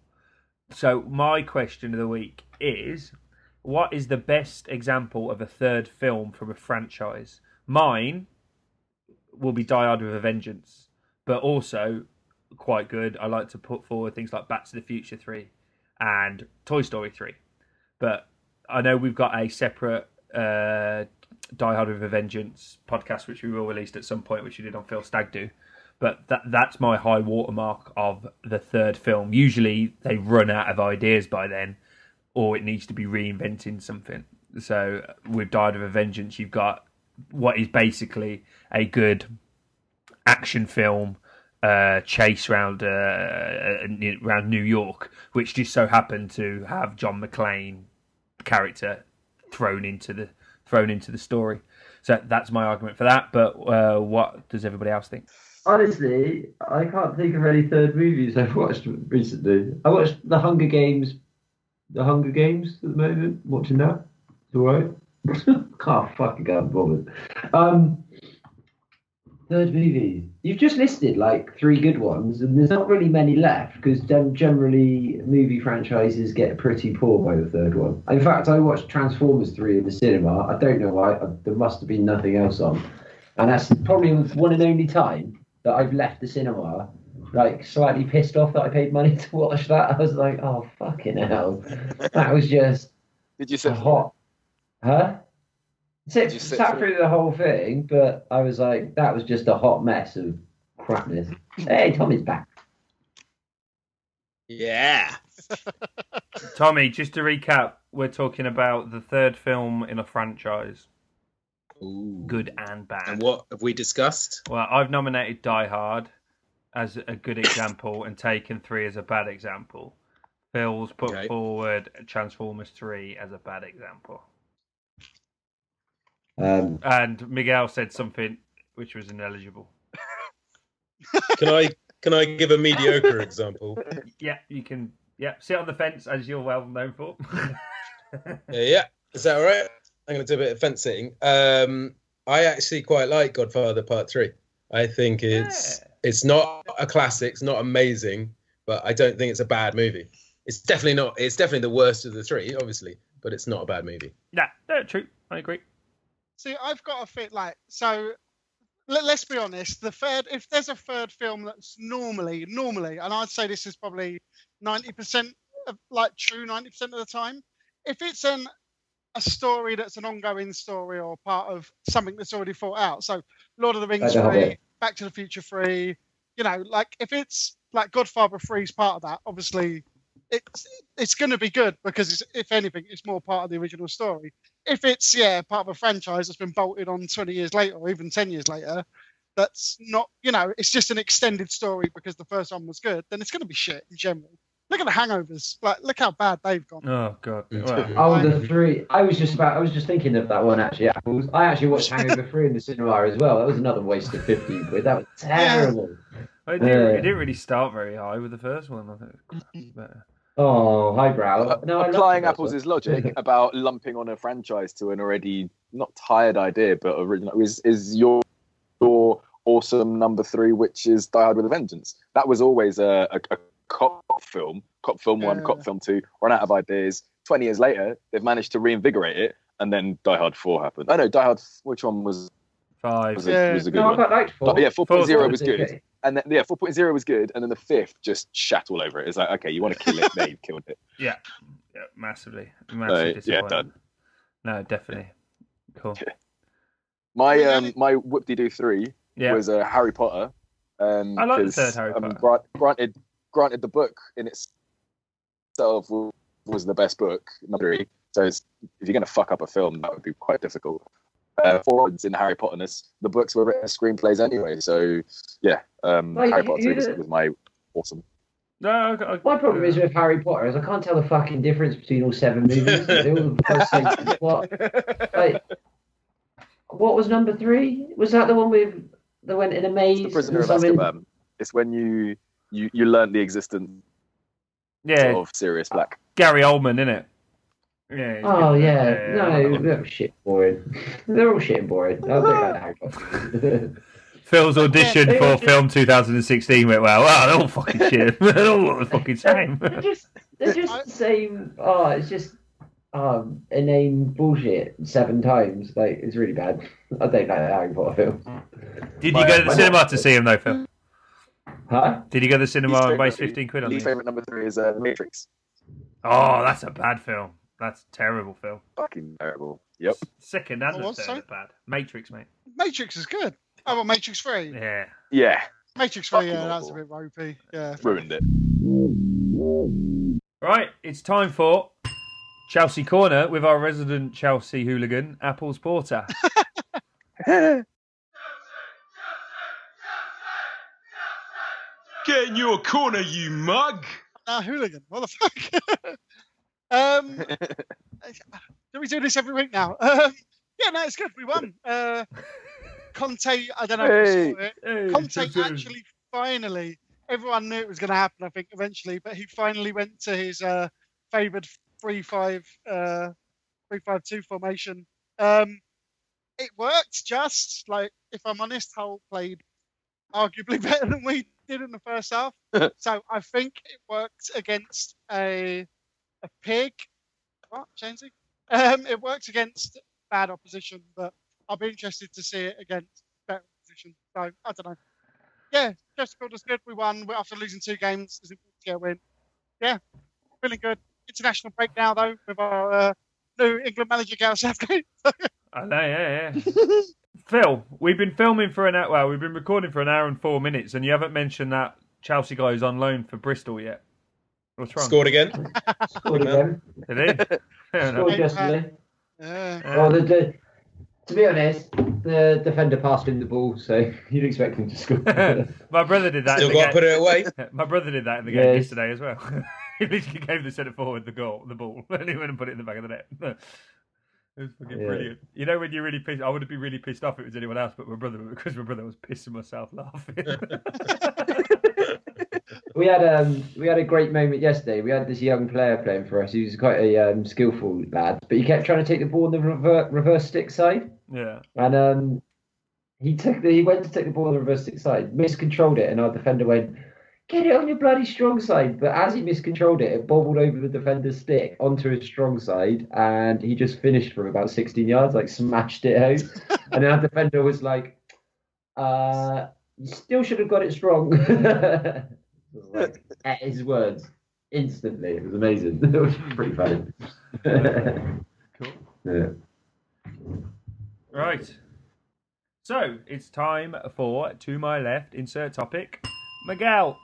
A: So my question of the week is: what is the best example of a third film from a franchise? Mine will be Die Hard with a Vengeance, but also quite good. I like to put forward things like Back to the Future 3 and Toy Story 3. But I know we've got a separate uh, Die Hard with a Vengeance podcast, which we will release at some point, which we did on Phil Stag do. But that that's my high watermark of the third film. Usually they run out of ideas by then, or it needs to be reinventing something. So with Die Hard with a Vengeance, you've got what is basically a good action film uh, chase round uh, uh, around New York, which just so happened to have John McClane character thrown into the thrown into the story. So that's my argument for that. But uh, what does everybody else think?
D: Honestly, I can't think of any third movies I've watched recently. I watched The Hunger Games, The Hunger Games at the moment. Watching that, it's alright. can't fucking get bothered. Um, third movie. You've just listed like three good ones, and there's not really many left because generally movie franchises get pretty poor by the third one. In fact, I watched Transformers three in the cinema. I don't know why. uh, There must have been nothing else on, and that's probably the one and only time that I've left the cinema. Like slightly pissed off that I paid money to watch that. I was like, oh fucking hell, that was just
F: Did you
D: a
F: say?
D: hot, huh? Sit,
F: you sit
D: sat
F: through-
D: through the whole thing, but I was like, that was just a hot mess of crapness. Hey, Tommy's back.
E: Yeah.
A: Tommy, just to recap, we're talking about the third film in a franchise,
E: Ooh.
A: good and bad.
E: And what have we discussed?
A: Well, I've nominated Die Hard as a good example and taken three as a bad example. Phil's put
E: Okay.
A: forward Transformers three as a bad example,
D: Um,
A: and Miguel said something which was ineligible.
E: Can I can I give a mediocre example?
A: Yeah, you can. Yeah, sit on the fence as you're well known for.
E: Uh, yeah, is that all right? I'm going to do a bit of fence sitting. Um, I actually quite like Godfather Part Three. I think it's it's not a classic, it's not amazing, but I don't think it's a bad movie. It's definitely not. It's definitely the worst of the three, obviously, but it's not a bad movie.
A: yeah, no, true. I agree.
C: See, I've got a fit like so. Let, let's be honest. The third, if there's a third film that's normally, normally, and I'd say this is probably ninety percent of like true ninety percent of the time. If it's an a story that's an ongoing story or part of something that's already thought out. So, Lord of the Rings
D: Like The
C: three,
D: Hobbit.
C: Back to the Future three. You know, like if it's like Godfather three is part of that, obviously it's it's going to be good because it's, if anything, it's more part of the original story. If it's yeah part of a franchise that's been bolted on 20 years later or even 10 years later, that's not you know it's just an extended story because the first one was good. Then it's going to be shit in general. Look at the Hangovers. Like look how bad they've gone.
A: Oh god.
E: Mm.
A: Well,
D: oh, the three. I was just about. I was just thinking of that one actually. Apples. I actually watched Hangover Three in the cinema as well. That was another waste of fifteen quid. That was terrible.
A: it, didn't,
D: Yeah.
A: it didn't really start very high with the first one. I think. But,
D: Oh, highbrow. No, I loved
F: Applying
D: that
F: Apple's
D: one.
F: logic about lumping on a franchise to an already not tired idea, but original is is your your awesome number three, which is Die Hard with a Vengeance. That was always a, a, a cop film, cop film one,
C: Yeah.
F: cop film two. Run out of ideas. Twenty years later, they've managed to reinvigorate it, and then Die Hard four happened. I know Die Hard. Which one was
A: Five.
F: was, a,
C: Yeah.
F: was a good
D: No, I
F: one?
D: quite liked four.
F: But Oh, yeah, four point zero
A: Four's
F: was
D: Okay.
F: good, and then yeah, four point zero was good, and then the fifth just shat all over it. It's like, okay, you want to kill it? there, you've killed it.
A: Yeah, yeah, massively,
F: Uh,
A: massive
F: yeah,
A: disappointment. no, definitely. Cool.
F: My um, my whoop de doo three
A: Yeah.
F: was uh, Harry Potter. Um,
A: I like the
F: 'cause,
A: third Harry Potter.
F: grant- granted, granted, the book in itself w- was the best book, number three. So it's, if you're going to fuck up a film, that would be quite difficult. Uh, forwards in Harry Potterness, the books were written as screenplays anyway. So yeah, um,
D: Like,
F: Harry Potter
D: you-
F: 3 was,
D: you-
F: was my awesome.
A: No, I, I,
D: My problem is with Harry Potter is I can't tell the fucking difference between all seven movies. They all have the same plot. Like, what was number three? Was that the one with they went in a maze?
F: It's the Prisoner of
D: and something?
F: Azkaban. It's when you you you learn the existence
A: yeah,
F: of Sirius Black.
A: Gary Oldman, innit? Yeah. he's
D: Oh
A: good.
D: yeah,
A: I
D: no,
A: like that.
D: they're all shit boring. They're all shit and boring. I don't like Harry Potter.
A: Phil's audition
D: Yeah,
A: for
D: they-
A: film 2016 went well. Wow, they're all fucking shit. they're all the fucking same.
D: they're just they're
C: I-
D: just the same. Oh, it's just um inane bullshit seven times. Like it's really bad. I don't like the Harry Potter film.
A: Did you go to the
D: my-
A: cinema to see him though, Phil?
D: Huh?
A: Did you go to the cinema and
F: favourite
A: waste
F: movie-
A: fifteen quid on
F: least
A: these?
F: favorite number three is uh, Matrix.
A: Oh, that's a bad film. That's a terrible film.
F: Fucking terrible. Yep.
A: Second and
D: Oh,
C: What
A: the
C: was,
A: third
C: sorry?
A: are bad. Matrix, mate.
C: Matrix is good. Oh, well, Matrix 3.
A: Yeah.
F: Yeah.
C: Matrix 3,
F: Fucking
C: yeah, that's a
F: awful.
C: bit ropey. Yeah.
F: Ruined it.
A: Right, it's time for Chelsea Corner with our resident Chelsea hooligan, Apples Porter.
G: Get in your corner, you mug!
C: Now, hooligan. What the fuck? um, do we do this every week now? Um, yeah, no, it's good. We won. Uh, Conte, I don't know if you saw it.
A: Hey,
C: Conte
A: Chelsea.
C: actually finally, everyone knew it was going to happen, I think, eventually, but he finally went to his uh, favoured 3 5 uh, 3 5 2 formation. Um, it worked just like, if I'm honest, Hull played arguably better than we did in the first half. so I think it worked against a, a pig. What, Chainsy? Um, it worked against bad opposition, but I'll be interested to see it against better opposition. So I don't know. Yeah, just build us good. We won. We're after losing two games. Is it to get a win? Yeah, feeling good. International break now though with our uh, new England manager Gareth Southgate.
A: I know, yeah, yeah. Phil, we've been filming for an hour. Well, we've been recording for an hour and four minutes, and you haven't mentioned that Chelsea guy who's on loan for Bristol yet. What's wrong?
E: Scored again.
D: Scored again.
A: Did he? Fair enough. Uh,
D: Scored Oh, yesterday.
C: Yeah.
D: Well,
A: Yeah.
D: the, the, to be honest, the defender passed him the ball, so you'd expect him to score.
A: My brother did that.
E: Still
A: in
E: got to
A: the
E: put it away.
A: game. My brother did that in the
D: Yeah.
A: game yesterday as well. he literally gave the centre forward the goal, the ball, and he went and put it in the back of the net. It was fucking
D: Yeah.
A: brilliant. You know when you're really pissed, I would have been really pissed off if it was anyone else, but my brother because my brother was pissing myself laughing.
D: We had um we had a great moment yesterday. We had this young player playing for us. He was quite a um, skillful lad, but he kept trying to take the ball on the rever- reverse stick side,
A: yeah,
D: and um he took the, he went to take the ball on the reverse stick side, miscontrolled it, and our defender went. Get it on your bloody strong side, but as he miscontrolled it, it bobbled over the defender's stick onto his strong side, and he just finished from about 16 yards, like smashed it out. and our defender was like, uh, "You still should have got it strong." It was like, at his words instantly. It was amazing. it was pretty funny.
A: cool.
D: yeah.
A: Right. So it's time for to my left. Insert topic. Miguel.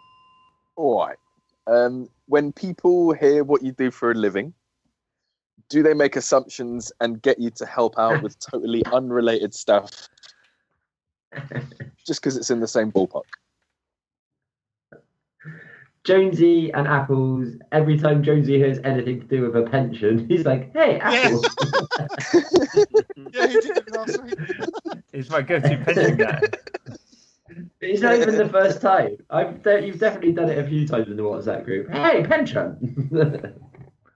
F: All right. Um, when people hear what you do for a living, do they make assumptions and get you to help out with totally unrelated stuff just because it's in the same ballpark?
D: Jonesy and Apples, every time Jonesy hears anything to do with a pension, he's like, hey, Apples.
C: Yeah, he did it last week.
A: Is my go-to pension guy.
D: it's not even the first time. I've de- You've definitely done it a few times in the WhatsApp group. Hey, pension.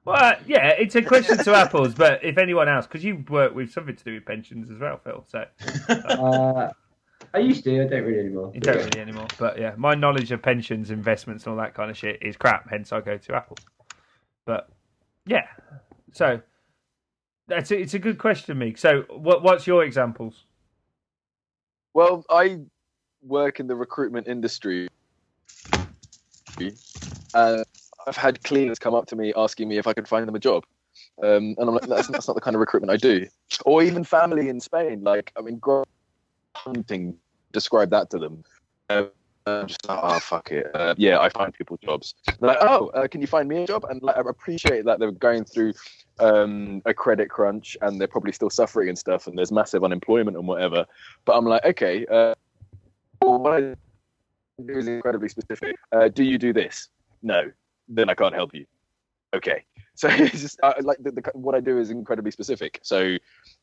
A: Well, yeah, it's a question to apples, but if anyone else, because you work with something to do with pensions as well, Phil. So
D: uh, I used to, I don't really anymore.
A: you don't really anymore. But yeah, my knowledge of pensions, investments, and all that kind of shit is crap. Hence, I go to apples. But yeah, so that's it. It's a good question, Meek. So what? What's your examples?
F: Well, I work in the recruitment industry. Uh, I've had cleaners come up to me asking me if I could find them a job. Um, and I'm like, that's, that's not the kind of recruitment I do. Or even family in Spain. Like, I mean, gro- hunting, describe that to them. Um, uh, just like, oh, fuck it. Uh, yeah, I find people jobs. They're like, oh, uh, can you find me a job? And like, I appreciate that they're going through um, a credit crunch and they're probably still suffering and stuff, and there's massive unemployment and whatever. But I'm like, okay, uh, well, what I do is incredibly specific. Uh, do you do this? No, then I can't help you. Okay, so it's just I, I like the, the, what I do is incredibly specific. So,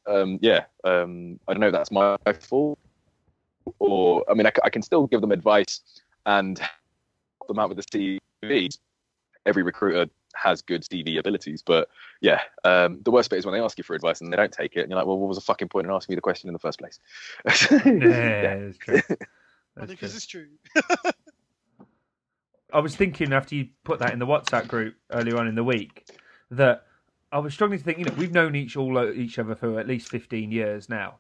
F: um, yeah, um, I don't know. if That's my fault, or I mean, I, c- I can still give them advice and help them out with the CVs. Every recruiter has good CV abilities, but yeah, um, the worst bit is when they ask you for advice and they don't take it, and you're like, well, what was the fucking point in asking me the question in the first place?
A: Yeah, that's true.
C: I
A: That's
C: think
A: true.
C: this is true.
A: I was thinking after you put that in the WhatsApp group earlier on in the week uh, that I was struggling to think. You know, we've known each all each other for at least fifteen years now,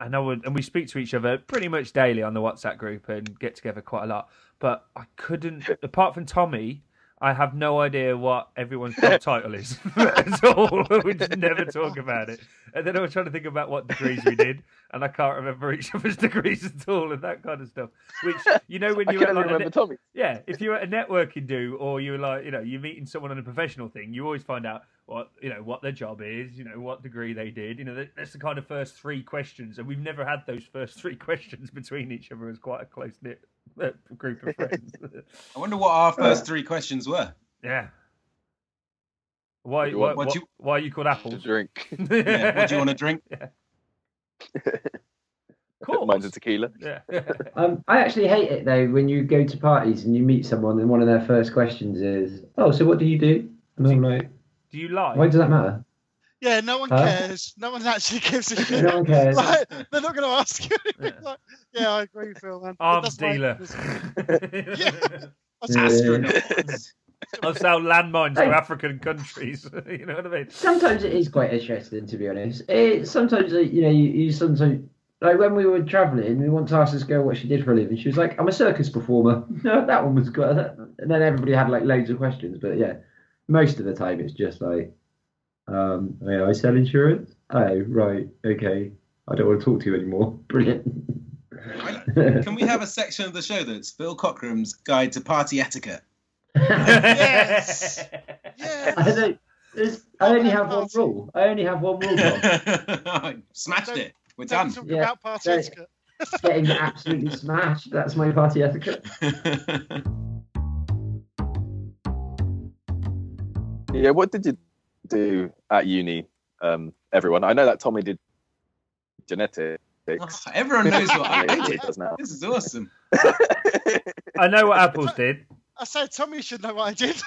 A: and I would, and we speak to each other pretty much daily on the WhatsApp group and get together quite a lot. But I couldn't, apart from Tommy, I have no idea what everyone's job title is at all. we just never talk about it. And then I was trying to think about what degrees we did, and I can't remember each of us degrees at all and that kind of stuff. Which you know when
F: I
A: you
F: can
A: were
F: only
A: like, a
F: remember
A: net-
F: Tommy.
A: yeah, if you're at a networking do or you're like, you know, you're meeting someone on a professional thing, you always find out what you know what their job is, you know, what degree they did. You know, that- that's the kind of first three questions, and we've never had those first three questions between each other as quite a close knit uh, group of friends.
H: I wonder what our first three questions were.
A: yeah. Why?
F: What do you
A: Why,
F: want?
A: why,
H: What do you-
A: why are you called
F: To
A: apples?
F: drink.
H: Yeah, what do you want to drink?
A: Cool.
F: Mine's a tequila.
A: Yeah.
D: Um, I actually hate it though when you go to parties and you meet someone and one of their first questions is, "Oh, so what do you do?" And I'm like,
A: Do you lie?
D: "Why does that matter?
C: Yeah, no one
D: Huh?
C: cares. No one actually gives a shit.
D: No one cares."
C: like, they're not going to ask you. anything.
A: Yeah.
C: Like, yeah, I agree, Phil. Man.
A: Arms
C: That's my-
A: dealer.
C: Yeah. that's-
D: Yeah.
H: Astronauts.
A: I'll sell landmines to
D: Hey.
A: African countries. you know what I mean?
D: Sometimes it is quite interesting, to be honest. It sometimes uh, you know you, you sometimes like when we were traveling, we once asked this girl what she did for a living. She was like, "I'm a circus performer." No, that one was good. And then everybody had like loads of questions, but yeah, most of the time it's just like, um, oh, yeah, "I sell insurance." Oh, right, okay. I don't want to talk to you anymore. Brilliant.
H: Can we have a section of the show that's Phil Cockram's Guide to Party Etiquette?
C: Yes.
D: I
C: yeah.
D: don't. there's- I only have one rule. I only have one rule. Bob.
H: Smashed it. We're
C: Don't
H: done.
C: talk
D: Yeah.
C: about party
D: Yeah.
C: etiquette.
D: Getting absolutely smashed. That's my party etiquette.
F: Yeah, what did you do at uni, um, everyone? I know that Tommy did genetics.
H: Everyone knows what I did.
F: Does now.
H: This is awesome.
A: I know what apples did.
C: I said Tommy should know what I did.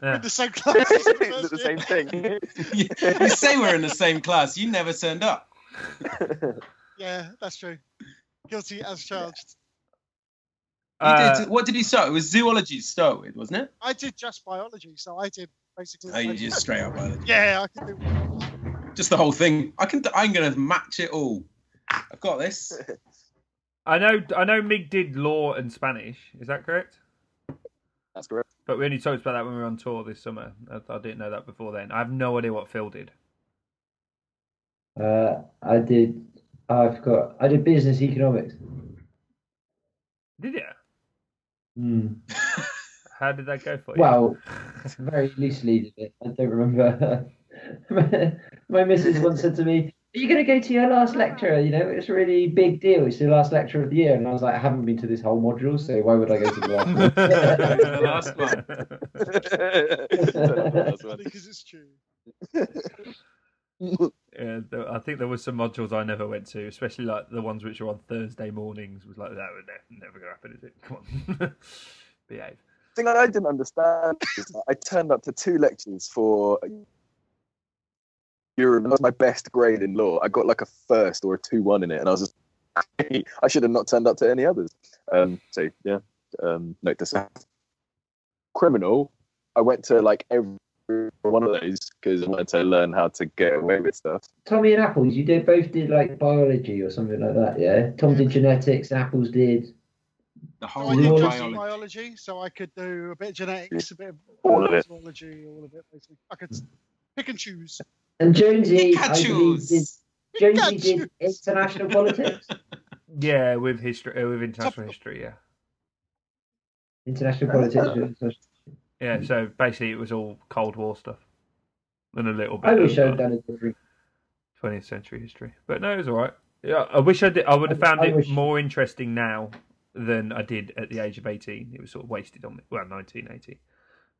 C: We're
A: Yeah.
C: in the same class. as the
F: Is it the
C: first
F: same
C: year.
F: thing?
H: You you say we're in the same class. You never turned up.
C: Yeah, that's true. Guilty as charged.
H: You
A: Uh,
H: did, what did you start? It was zoology to start with, wasn't it?
C: I did just biology, so I did basically.
H: Oh, you just straight up biology.
C: Yeah, I can do.
H: Just the whole thing. I can. I'm gonna match it all. I've got this.
A: I know. I know. Mig did law and Spanish. Is that correct?
F: That's correct.
A: But we only talked about that when we were on tour this summer. I, I didn't know that before then. I have no idea what Phil did.
D: Uh, I did. I forgot. I did business economics.
A: Did you?
D: Mm.
A: How did that go for you?
D: Well, very loosely did it. I don't remember. My missus once said to me, "Are you going to go to your last lecture? You know, it's a really big deal. It's your last lecture of the year." And I was like, "I haven't been to this whole module, so why would I go to the last?" one?"
A: The last one.
F: That's one.
C: Because it's true.
A: Yeah, there, I think there were some modules I never went to, especially like the ones which are on Thursday mornings. Was like that would ne- never going to happen, is it? Come on, behave.
F: thing that I didn't understand is that I turned up to two lectures for Europe. That was my best grade in law. I got like a first or a two-one in it, and I was just I should have not turned up to any others. Um, so yeah, um, note to self. Criminal. I went to like every one of those because I wanted to learn how to get away with stuff.
D: Tommy and Apples, you did both did like biology or something like that, yeah. Tom did genetics, and Apples did.
H: The
C: So
H: whole
C: I did just
H: biology.
C: biology, so I could do a bit of genetics, a bit of
F: All of it.
C: biology, all of it. Basically, I could pick and choose.
D: And Jonesy, I believe, did,
H: Pikachu's.
D: Jonesy
C: Pikachu.
D: did international politics.
A: Yeah, with history, uh, with international history. Yeah,
D: International politics. was-
A: yeah. So basically, it was all Cold War stuff, and a little bit.
D: I wish
A: of,
D: I'd done a different.
A: 20th century history. But no, it was all right. Yeah, I wish I did. I would have found
D: I
A: it
D: wish-
A: more interesting now than I did at the age of 18. It was sort of wasted on me. Well, 19, 18.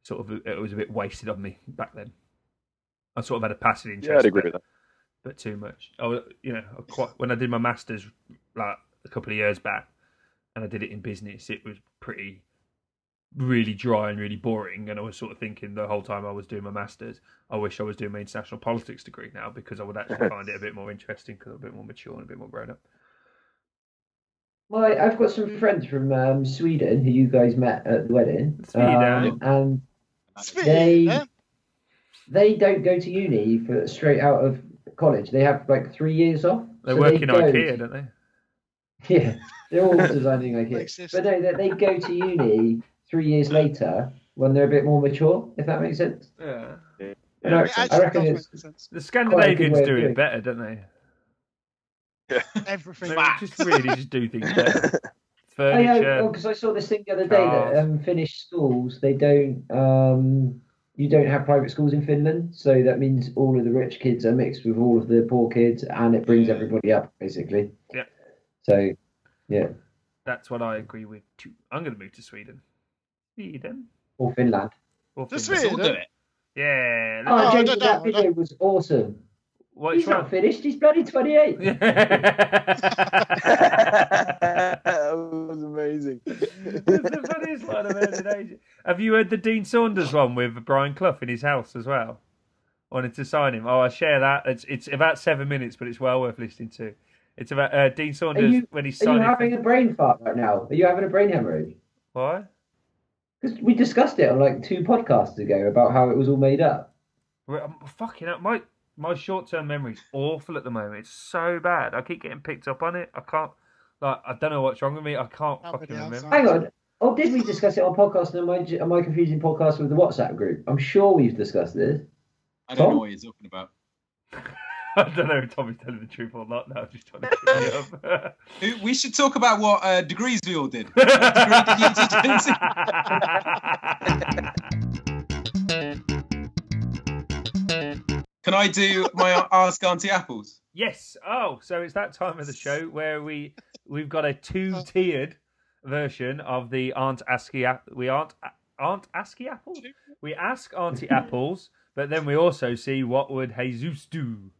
A: Sort of, it was a bit wasted on me back then. I sort of had a passive interest.
F: Yeah, I'd agree
A: but-
F: with that.
A: but too much. I was, you know, I quite, when I did my masters like a couple of years back, and I did it in business, it was pretty, really dry and really boring. And I was sort of thinking the whole time I was doing my masters, I wish I was doing my international politics degree now because I would actually find it a bit more interesting because I'm a bit more mature and a bit more grown up.
D: My, I've got some friends from um, Sweden who you guys met at the wedding.
A: Sweden.
D: Um, and
C: Speed,
D: They-
C: yeah?
D: they don't go to uni for straight out of college, they have like three years off.
A: They
D: So
A: work in
D: go-
A: IKEA, don't they?
D: Yeah, they're all designing IKEA.
C: Racist.
D: But no, they, they go to uni three years later when they're a bit more mature, if that makes sense.
A: Yeah.
D: And I,
C: It
D: I
C: actually
D: reckon
C: does make
D: it's
C: sense.
A: The
D: Quite a good way
A: Scandinavians
D: of
A: do
D: doing
A: it
D: it.
A: better, don't they?
C: Everything.
A: They just really just do things better.
D: Oh, yeah,
A: Furniture.
D: because I saw this thing the other day that
A: Cars.
D: um, Finnish schools they don't um, you don't have private schools in Finland, so that means all of the rich kids are mixed with all of the poor kids, and it brings
E: Yeah.
D: everybody up basically.
A: Yep.
D: So
A: That's what I agree with too. I'm going to move to Sweden. Sweden.
D: or Finland.
A: Or
C: Just
A: Finland.
E: Let's all do it.
A: Yeah.
D: Oh,
A: let's-
C: I
D: James,
C: don't
D: that
C: know, I
D: video was awesome.
A: What's
D: He's
A: wrong?
D: not finished. He's bloody twenty-eight.
A: Yeah.
F: that was amazing.
A: That's the funniest one I've heard in ages. Have you heard the Dean Saunders one with Brian Clough in his house as well? Wanted to sign him. Oh, I share that. It's it's about seven minutes, but it's well worth listening to. It's about uh, Dean Saunders
D: you-
A: when he's
D: Are you
A: signing.
D: having a brain fart right now? Are you having a brain hemorrhage?
A: Why?
D: Because we discussed it on like two podcasts ago about how it was all made up.
A: Well, I'm fucking up. My my short term memory's awful at the moment. It's so bad. I keep getting picked up on it. I can't. Like I don't know what's wrong with me. I can't
C: How
A: fucking
C: many
A: remember.
C: hours
D: Hang on. Oh, did we discuss it on podcast? And am I, am I confusing podcast with the WhatsApp group? I'm sure we've discussed this.
E: I don't
D: Tom?
E: know what you're talking about.
A: I don't know if Tommy's telling the truth or not. Now just trying to trip me up.
E: Who- We should talk about what uh, degrees we all did. Can I do my Ask Auntie Apples?
A: yes. Oh, so it's that time of the show where we we've got
E: Uh.
A: a two tiered version of the Aunt Asky. App- We aren't Aunt Asky Apple. We ask Auntie Apples, but then we also see what would Jesus do.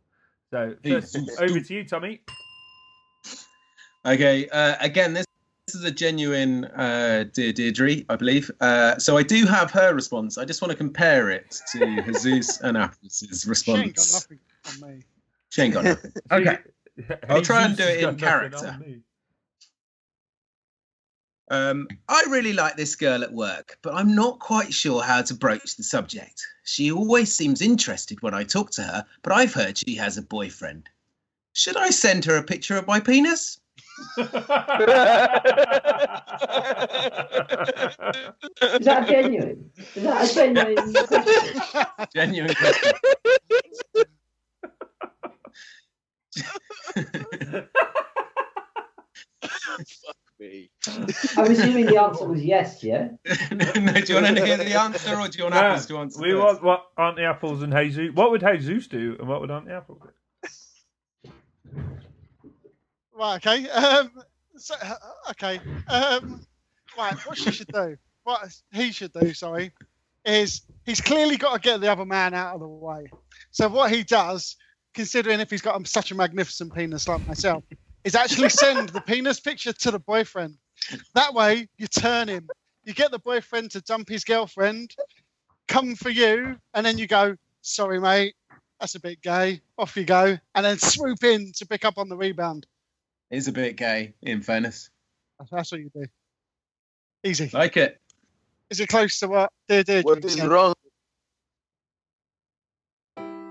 A: So first,
E: Jesus
A: over
E: do.
A: to you, Tommy.
E: Okay. Uh, again, this this is a genuine uh, dear Deirdre, I believe. Uh, so I do have her response. I just want to compare it to Jesus and Apples'
C: She ain't got
E: response.
C: nothing on me.
E: She ain't got nothing. Okay. I'll try and do it in character. Um, I really like this girl at work, but I'm not quite sure how to broach the subject. She always seems interested when I talk to her, but I've heard she has a boyfriend. Should I send her a picture of my penis?
D: Is that genuine? Is that a genuine question?
E: Genuine question.
F: Me.
D: I'm assuming the answer was yes, yeah?
E: no, do you want to hear the answer or do you want
A: No,
E: Apples to answer?
A: we
E: first?
A: want what Auntie Apples and Jesus. What would Jesus do, and what would Auntie Apple do?
C: Right, okay. Um, so, uh, okay. Um, right, what she should do, what he should do, sorry, is he's clearly got to get the other man out of the way. So what he does, considering if he's got um, such a magnificent penis like myself, is actually send the penis picture to the boyfriend. That way, you turn him. You get the boyfriend to dump his girlfriend, come for you, and then you go, sorry, mate, that's a bit gay. Off you go, and then swoop in to pick up on the rebound.
E: It's a bit gay, in fairness.
C: That's- That's what you do. Easy.
E: Like it.
C: Is it close to what dear dear
B: What
C: Drew
B: is
C: said?
B: wrong?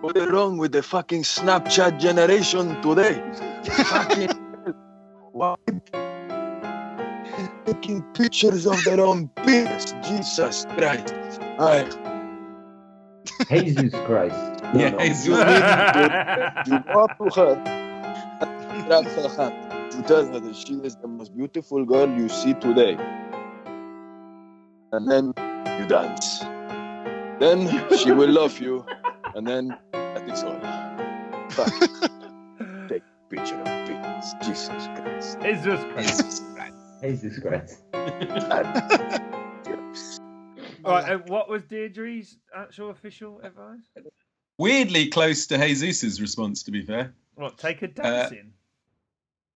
B: What is wrong with the fucking Snapchat generation today? fucking why taking pictures of their own penis? Jesus Christ! All right,
D: Jesus Christ.
B: no,
E: Yeah,
B: no.
E: it's-
B: You need to you walk to her, grab her hand, you tell her that she is the most beautiful girl you see today, and then you dance. Then she will love you, and then that is all. Fuck. Take picture of penis. Jesus Christ.
A: Jesus Christ.
D: Jesus Christ.
A: All right, and what was Deirdre's actual official advice?
E: Weirdly close to Jesus's response, to be fair.
A: What, take a dancing?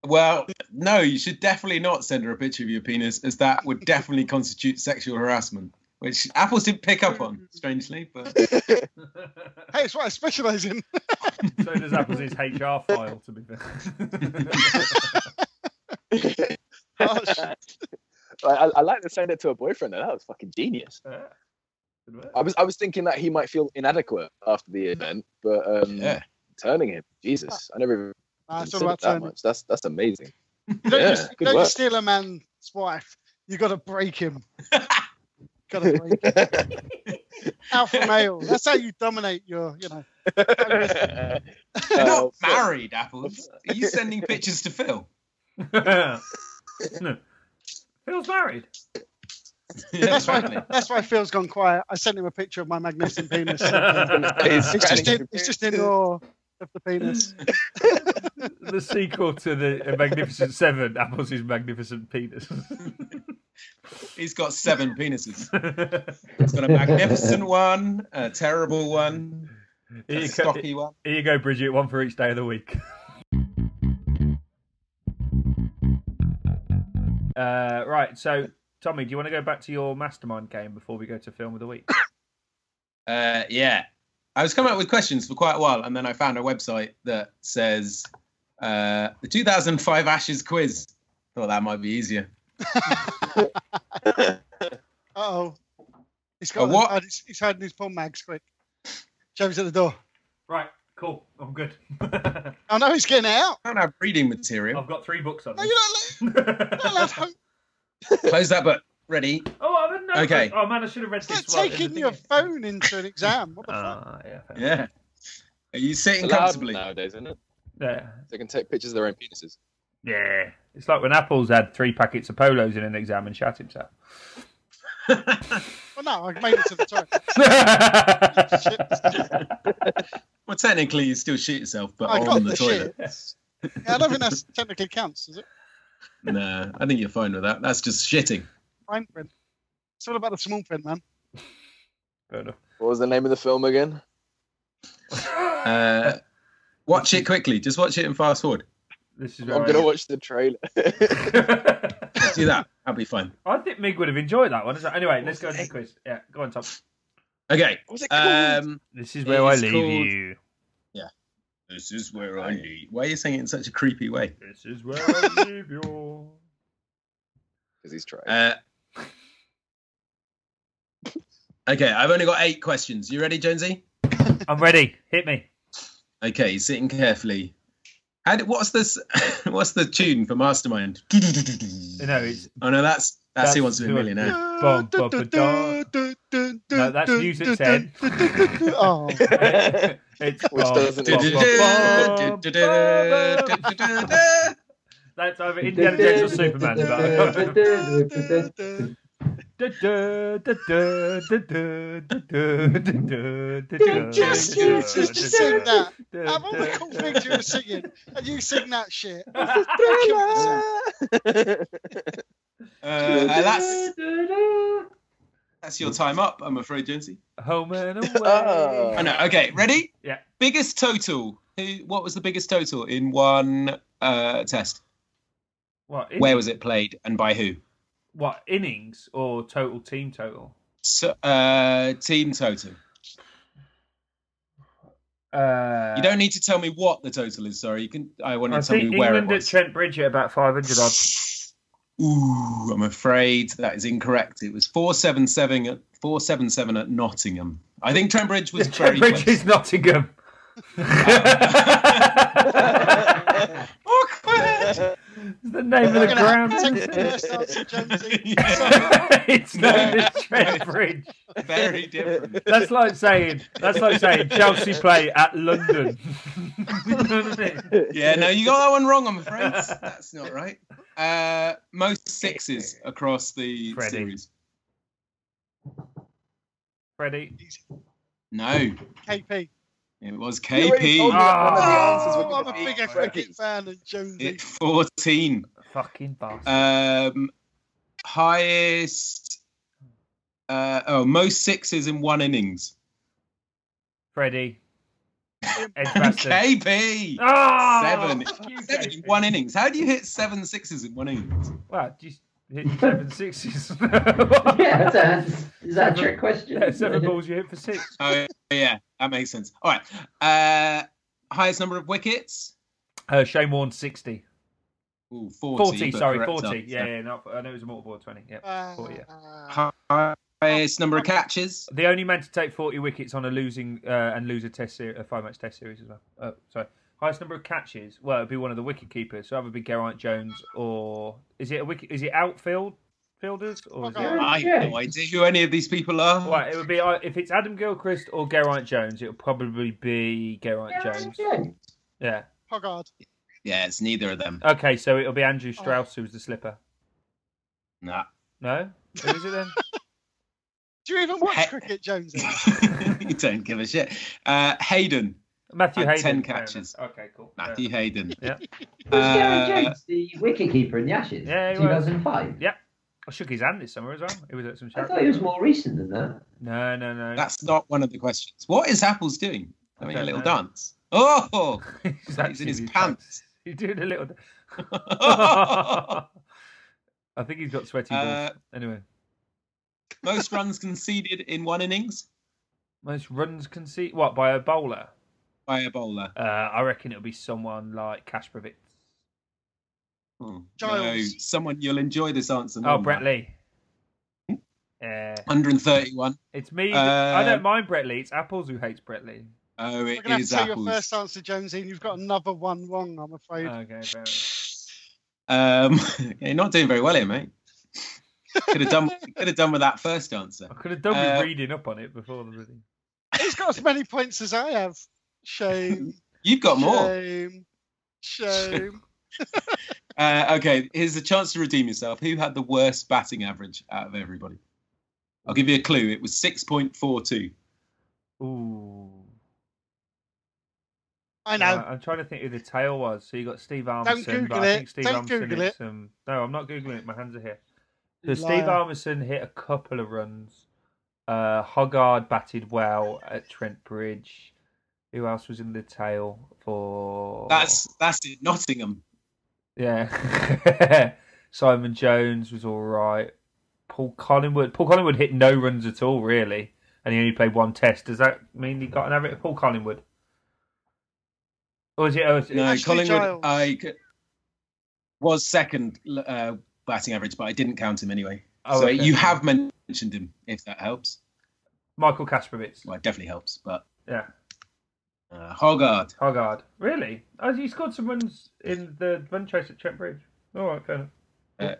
E: Well, no, you should definitely not send her a picture of your penis, as that would definitely constitute sexual harassment, which Apples did pick up on, strangely. But
C: Hey, it's what I specialise in.
A: so does Apple's his HR file, to be fair.
C: Oh, shit.
F: I, I, I like to send it to a boyfriend. though. That was fucking genius.
A: Good work.
F: I was I was thinking that he might feel inadequate after the event, but um,
E: yeah,
F: turning him. Jesus, I never even
C: Nah, it's all Ah,
F: considered
C: about
F: that
C: turning.
F: much. That's that's amazing.
C: You don't,
F: Yeah,
C: just, you
F: good
C: don't
F: work.
C: just steal a man's wife. You got to break him. got to break him. Alpha male. That's how you dominate your, you know.
E: You're
F: Uh,
E: not married, Apples. Are you sending pictures to Phil?
A: no. Phil's married.
C: That's
E: Apparently.
C: why, that's why Phil's gone quiet. I sent him a picture of my magnificent penis.
A: the
C: It's just in, it's just in awe of the penis.
A: sequel to the Magnificent Seven, Apples' Magnificent Penis.
E: He's got seven penises. He's got a magnificent one, a terrible one,
A: Here
E: a
A: you go-
E: stocky one.
A: Here you go, Bridget. One for each day of the week. Uh, right. So, Tommy, do you want to go back to your mastermind game before we go to film of the week?
E: Uh, yeah. I was coming up with questions for quite a while, and then I found a website that says uh, the 2005 Ashes quiz. Thought that might be easier.
C: Uh-oh. He's
E: A
C: got
E: what?
C: uh, he's, he's hiding his porn mags quick. Joe's at the door.
A: Right. Cool. I'm good. I've
C: Oh no, he's getting out.
E: I don't have reading material.
A: got three books on.
C: No, you're not, you're not allowed home.
E: Close that book. Ready?
A: Oh, I didn't know.
E: Okay.
A: Oh man, I should have read
C: It's
A: this.
C: like
A: right at the
C: taking your
A: beginning.
C: phone into an exam. What the fuck?
A: Ah, yeah. fair enough.
E: Yeah. Are you sitting
F: allowed
E: comfortably?
F: nowadays, isn't it?
A: Yeah.
F: They can take pictures of their own penises.
A: Yeah. It's like when Apple's had three packets of polos in an exam and shat himself.
C: Well, no, I made it to the toilet.
E: Well, technically, you still shit yourself, but
C: I got
E: on
C: the,
E: the, toilet.
C: shit. Yeah, I don't think that technically counts, does it?
E: No, I think you're fine with that. That's just shitting.
C: Fine print. It's all about the small print, man.
A: Fair enough.
F: What was the name of the film again?
E: Uh, watch it quickly. Just watch it and fast forward.
A: This is.
F: I'm
A: where
F: gonna
A: I-
F: watch the trailer.
E: Just do that. I'll be fine.
A: I think Mig would have enjoyed that one. So anyway, let's go to the quiz. Yeah, go on, Tom.
E: Okay.
F: What was it called?
E: Um,
A: This is
E: It
A: where I
E: is
A: leave
E: called-
A: you.
E: this is where I need. Why are you saying it in such a creepy way?
A: This is where I leave you.
F: Because he's trying.
E: Uh, okay, I've only got eight questions. You ready, Jonesy?
A: I'm ready. Hit me.
E: Okay, he's sitting carefully. How do, what's this? what's the tune for Mastermind?
A: No, it's
E: Oh no, that's that's,
A: That's
E: Who Wants to Be
A: Who
E: a
A: Wants-
E: Millionaire.
A: Bum, bum, ba, da. No, that's music, Ted.
C: Oh,
A: it's
F: Which
A: bum,
F: doesn't-
A: bum, bum, bum, bum.
E: Uh,
A: That's either Indiana Jones or Superman. but I can't remember. Da, da, da, da, da, da, da, da, da, da, da, da,
C: just
A: da,
C: you
A: da,
C: just to
A: da,
C: sing
A: da,
C: that.
A: da,
C: Out of all the
A: da,
C: cool
A: da.
C: things you were singing, and you sing that shit. You're killing yourself.
E: Uh, that's that's your time up. I'm afraid, Jonesy.
A: Home and
E: I
F: Ah.
A: away.
E: know. Okay, ready?
A: Yeah.
E: Biggest total. Who? What was the biggest total in one uh, test?
A: What, in-
E: Where was it played and by who?
A: what innings or total team total?
E: So, uh, team total.
A: Uh,
E: You don't need to tell me what the total is. Sorry, you can. I wanted
A: I
E: to tell
A: think
E: you where it
A: England at
E: was.
A: Trent Bridge at about 500 odd.
E: Ooh, I'm afraid that is incorrect. It was four seven seven at four seven seven at Nottingham. I think Trent Bridge was very
A: Trent Bridge
E: close.
A: is Nottingham. it's
E: Awkward.
A: the name of the
C: You're gonna
A: ground.
C: have to take the
A: isn't
C: first answer, Jonesy.
E: Yeah,
A: it? it's known as Trent Bridge.
E: very different.
A: That's like saying that's like saying Chelsea play at London. You know what I mean?
E: Yeah, no, you got that one wrong. I'm afraid that's not right. Uh, most sixes across the
A: Freddie.
E: series.
A: Freddie.
E: No,
C: KP.
E: it was
F: You already told
E: KP.
A: Oh.
F: me that one of the answers
C: Oh,
F: were
C: I'm
F: gonna
C: a
F: be
C: bigger
F: Freddie.
C: cricket fan than Jonesy.
E: It fourteen.
A: Fucking bastard.
E: Um, highest. Uh, oh, most sixes in one innings.
A: Freddie. Edge bastard.
E: KP.
A: Ah,
E: Seven.
A: fuck you,
E: Seven in
A: Casey.
E: one innings. How do you hit seven sixes in one innings?
A: Wow, just hit seven sixes.
D: Yeah, that's a, is that a trick question?
A: Yeah, seven balls you hit for six.
E: Oh, yeah, that makes sense. All right. Uh, highest number of wickets.
A: Uh, Shane Warne, 60.
E: Ooh, 40.
A: 40,
E: but
A: sorry,
E: correct
A: 40.
E: answer.
A: yeah, yeah, not, I know it was a multiple of 20. Yeah.
C: Uh,
A: Oh, yeah.
C: uh,
E: Hi- highest number of catches.
A: The only man to take 40 wickets on a losing uh, and lose a test series, a five match test series as well. Uh, sorry. Highest number of catches. Well, it'd be one of the wicket keepers. So either be Geraint Jones or is it a wicket? Is it outfield fielders or is it?
E: I have no idea who any of these people are.
A: Right, it would be uh, if it's Adam Gilchrist or Geraint Jones. It would probably be Geraint Jones. Yeah.
C: Hoggard.
E: Yeah, it's neither of them.
A: Okay, so it'll be Andrew
D: Oh.
A: Strauss who's the slipper.
E: Nah.
A: No, who is it then?
C: Do you even watch
E: Heck.
C: cricket, Jonesy?
E: you don't give a shit. Uh, Hayden,
A: Matthew
E: Had
A: Hayden.
E: 10
A: fair enough.
E: catches.
A: Okay, cool. Fair
E: Matthew Hayden.
A: Yeah.
E: Uh,
D: Jones, the wicketkeeper in the Ashes,
A: Yeah, he was.
D: 2005.
A: Yeah. I shook his hand this summer as well. He was at some
D: I
A: charity.
D: thought he was more recent than that.
A: No, no, no.
E: that's not one of the questions. What is Apples doing?
A: I
E: Having a
A: don't
E: little
A: know.
E: dance. Oh,
A: he's
E: he's in
A: actually
E: his pants.
A: He's doing a little. I think he's got sweaty balls.
E: Uh,
A: anyway,
E: Most runs conceded in one innings
A: most runs conceded. What by a bowler?
E: by a bowler.
A: Uh, I reckon it'll be someone like Kasparovic.
E: Oh, no,
C: Giles.
E: someone you'll enjoy this answer. more
A: Oh,
E: than
A: Brett
E: that.
A: Lee.
E: Hmm.
A: Yeah,
E: 131.
A: it's me. that- I
E: Uh,
A: don't mind Brett Lee. It's Apples who hates Brett Lee.
E: Oh,
C: We're
E: it
C: gonna have
E: is
C: to take
E: Apples. Uh.
C: your first answer, Jonesy, and you've got another one wrong, I'm afraid.
A: Okay, fair enough.
E: Um, you're not doing very well here, mate. Could have done. Could have done with that first answer.
A: I could have done with
E: Uh,
A: reading up on it before the meeting.
C: He's got as many points as I have. Shame.
E: You've got more.
C: Shame. Shame.
E: Uh, okay, here's a chance to redeem yourself. Who had the worst batting average out of everybody? I'll give you a clue. It was six point four two.
A: Ooh.
C: I know.
A: Uh, I'm trying to think who the tail was. So you got Steve Armisen, but
C: Google
A: I
C: it.
A: think Steve
C: Don't
A: Armisen
C: Google
A: hit
C: it.
A: some. No, I'm not googling it. My hands are here. So
C: You
A: Steve
C: liar.
A: Armisen hit a couple of runs. Uh, Hoggard batted well at Trent Bridge. Who else was in the tail for?
E: That's that's it. Nottingham.
A: yeah. Simon Jones was all right. Paul Collingwood. Paul Collingwood hit no runs at all, really, and he only played one test. Does that mean he got an average? Paul Collingwood. Or is it? Or is it
E: No,
C: Ashley
E: Collingwood.
C: Giles.
E: I c- was second uh, batting average, but I didn't count him anyway.
A: Oh,
E: so
A: okay.
E: you have mentioned him, if that helps.
A: Michael Kasperovitz.
E: Well, it definitely helps. But
A: Yeah.
E: uh, Hogarth.
A: Hoggard. Really? Oh, he scored some runs in the run chase at Trent Bridge. All right, fair enough.
E: uh,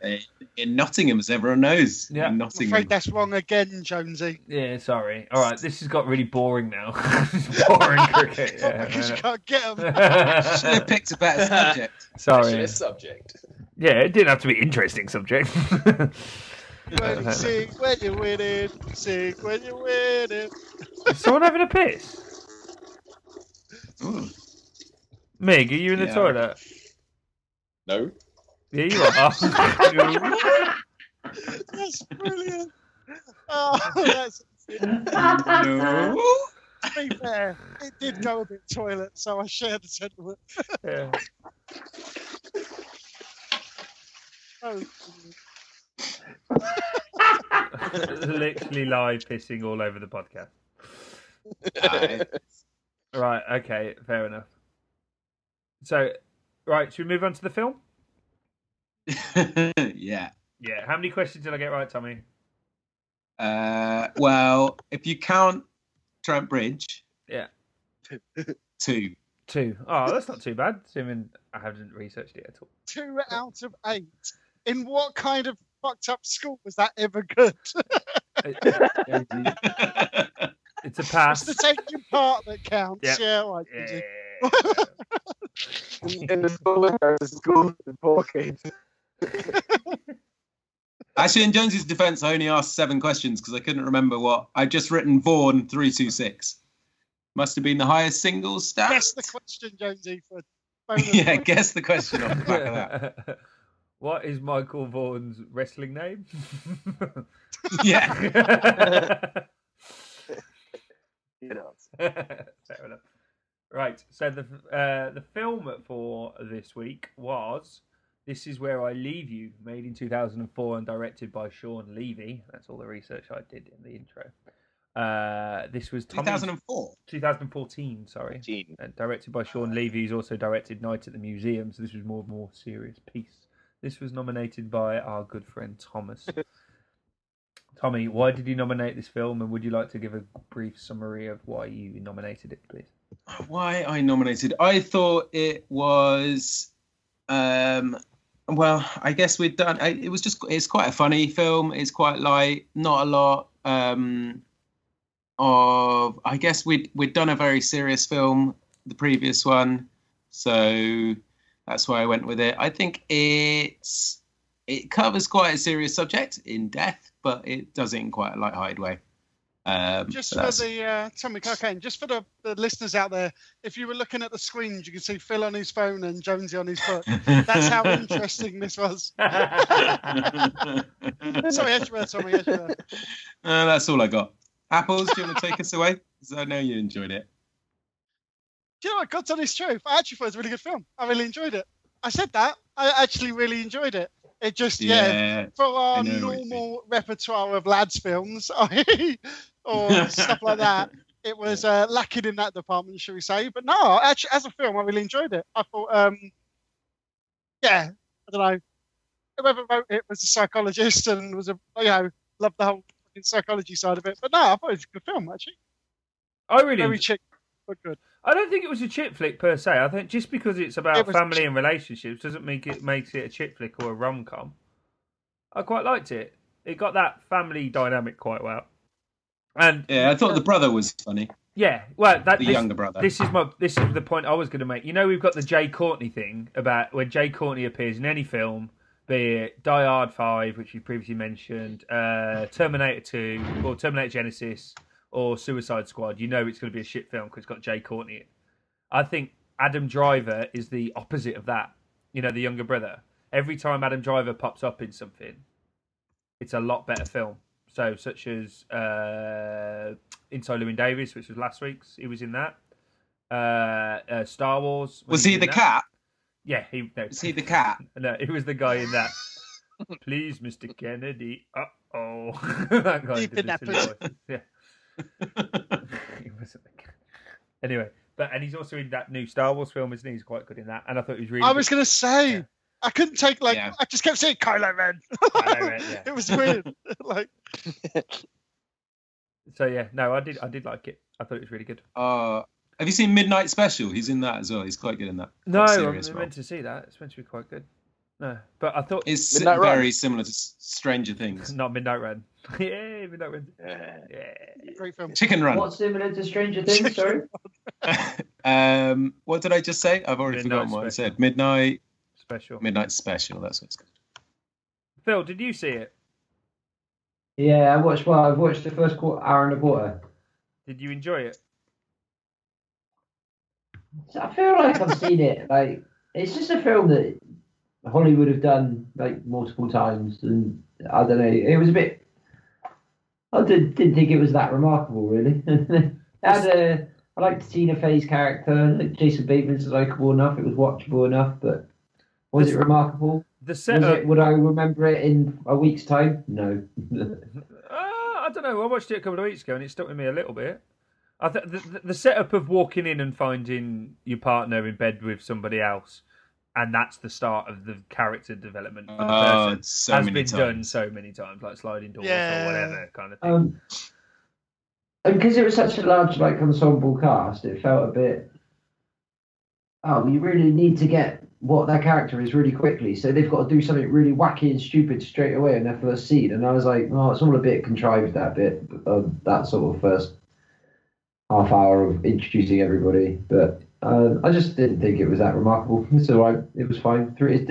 E: in Nottingham, as everyone knows.
A: Yeah.
E: in
C: I'm
E: Nottingham.
C: afraid that's wrong again, Jonesy.
A: Yeah, sorry. All right, this has got really boring now. boring cricket. Yeah,
C: because you
A: fair
C: can't get them.
A: enough.
E: Should have picked a better subject.
A: sorry.
F: subject.
A: Yeah, it didn't have to be interesting subject.
C: When you sing, when you win it, sing when you win it.
A: Is someone having a piss?
E: Ooh.
A: Mm. Meg, are you in the
E: Yeah.
A: toilet?
F: No.
A: Yeah, you are.
C: That's brilliant. Oh, that's
E: No.
C: to be fair. It did go a bit toilet, so I shared the sentiment.
A: yeah.
C: Oh,
A: Literally live pissing all over the podcast.
E: Aye.
A: Right, okay, fair enough. So, right, should we move on to the film?
E: yeah.
A: Yeah, how many questions did I get right, Tommy?
E: Uh, well, if you count Trent Bridge,
A: Yeah.
E: two.
A: Two. Oh, that's not too bad, assuming I haven't researched it at all.
C: two out of eight. In what kind of fucked up school was that ever good?
A: It- it's a pass.
C: It's the taking part that counts.
A: Yeah.
C: Yeah, all right,
A: Yeah.
C: Jonesy.
F: In the school, there's a school in Porkade.
E: Actually, in Jones's defence, I only asked seven questions because I couldn't remember what I'd just written. Vaughan three two six must have been the highest single stat.
C: That's the question, Jonesy, for bonus
E: yeah,
C: point.
E: guess the question off the back of that.
A: What is Michael Vaughan's wrestling name?
E: Yeah.
A: fair
F: You know.
A: enough. Right, so the uh, the film for this week was "This Is Where I Leave You," made in 2004 and directed by Sean Levy. That's all the research I did in the intro. Uh, this was
E: Two
A: Tommy,
E: thousand and four.
A: 2014, sorry, uh, directed by Sean Levy, who's also directed Night at the Museum. So this was more more serious piece. This was nominated by our good friend Thomas. Tommy, why did you nominate this film, and would you like to give a brief summary of why you nominated it, please?
E: why I nominated. I thought it was, um, well, I guess we'd done. I, it was just. It's quite a funny film. It's quite light. Not a lot um, of. I guess we'd we'd done a very serious film, the previous one, so that's why I went with it. I think it's it covers quite a serious subject in death, but it does it in quite a light-hearted way. Um,
C: Just
E: so
C: for
E: that's-
C: the uh, Tommy Cocaine, just for the, the listeners out there, if you were looking at the screens, you could see Phil on his phone and Jonesy on his book. That's how interesting this was. Sorry, Edgeworth, Tommy Edgeworth.
E: Uh, that's all I got. Apples, do you want to take us away? Because I know you enjoyed it.
C: Do you know what? God's honest truth. I actually thought it was a really good film. I really enjoyed it. I said that. I actually really enjoyed it. It just, yeah, for
E: I
C: our
E: know what you mean.
C: normal repertoire of lads films or stuff like that it was uh, lacking in that department shall we say but no actually as a film i really enjoyed it i thought um yeah i don't know whoever wrote it was a psychologist and was a you know loved the whole fucking psychology side of it but no i thought it was a good film actually
A: I really,
C: very cheap but good
A: I don't think it was a chip flick per se. I think just because it's about
C: It was-
A: family and relationships doesn't make it makes it a chip flick or a rom com. I quite liked it. It got that family dynamic quite well, and
E: Yeah, I thought the brother was funny.
A: yeah, well, that
E: The
A: this,
E: younger brother.
A: This is my this is the point I was going to make. You know, we've got the Jay Courtney thing about when Jay Courtney appears in any film, be it Die Hard Five, which we previously mentioned, uh, Terminator Two, or Terminator Genesis, or Suicide Squad. You know, it's going to be a shit film because it's got Jay Courtney. in it. I think Adam Driver is the opposite of that. You know, the younger brother. Every time Adam Driver pops up in something, it's a lot better film. So, such as uh, Inside Llewyn Davis, which was last week's, he was in that. Uh, uh, Star Wars. when
E: was he
A: did
E: the
A: that.
E: cat?
A: Yeah, he. No,
E: Was he the cat?
A: no, he was the guy in that. Please, Mr. Kennedy. Uh oh, that guy
C: You've
A: did
C: been
A: the
C: that
A: silly voice. Yeah, he wasn't the cat. Anyway, but and he's also in that new Star Wars film, isn't he? He's quite good in that, and I thought he was really.
C: i
A: good.
C: was gonna say
A: Yeah.
C: i couldn't take like
E: Yeah.
C: i just kept saying kylo ren
A: Kylo Ren, yeah.
C: it was weird like
A: So yeah, no, I did. I did like it. I thought it was really good.
E: Uh, have you seen Midnight Special? He's in that as well. He's quite good in that. Quite
A: No, I
E: serious
A: was
E: role.
A: meant to see that. It's meant to be quite good. No, but I thought it's
E: It's
F: Midnight Run.
E: very similar to S- Stranger Things.
A: not Midnight Run. yeah, Midnight Run.
F: Yeah.
A: Yeah.
C: great film
E: Chicken Run.
D: What's similar to Stranger Things? Sorry.
E: um, what did I just say? I've already
A: Midnight
E: forgotten what
A: Special.
E: I said. Midnight,
A: Special.
E: Midnight Special. That's what it's called.
A: Phil, did you see it?
D: Yeah, I watched. Well, I watched the first quarter, hour and a quarter.
A: Did you enjoy it?
D: So I feel like I've seen it. Like it's just a film that Hollywood have done like multiple times, and I don't know. It was a bit. I did, didn't think it was that remarkable, really. I had a. I liked Tina Fey's character. Like Jason Bateman's likable enough. It was watchable enough, but was it remarkable?
A: The
D: Was
A: setup.
D: it, would I remember it in a week's time? No.
A: Uh, I don't know. I watched it a couple of weeks ago, and it stuck with me a little bit. I th- the, the- the setup of walking in and finding your partner in bed with somebody else, and that's the start of the character development. of the
E: Oh,
A: person,
E: it's so
A: has
E: many
A: been
E: times.
A: done so many times, like sliding doors
C: Yeah.
A: or whatever kind of thing.
D: Um, and because it was such a large like ensemble cast, it felt a bit. Oh, you really need to get what that character is really quickly. So they've got to do something really wacky and stupid straight away in their first scene. And I was like, oh, it's all a bit contrived that bit of that sort of first half hour of introducing everybody. But uh, I just didn't think it was that remarkable. So I, it was fine. Three, it's,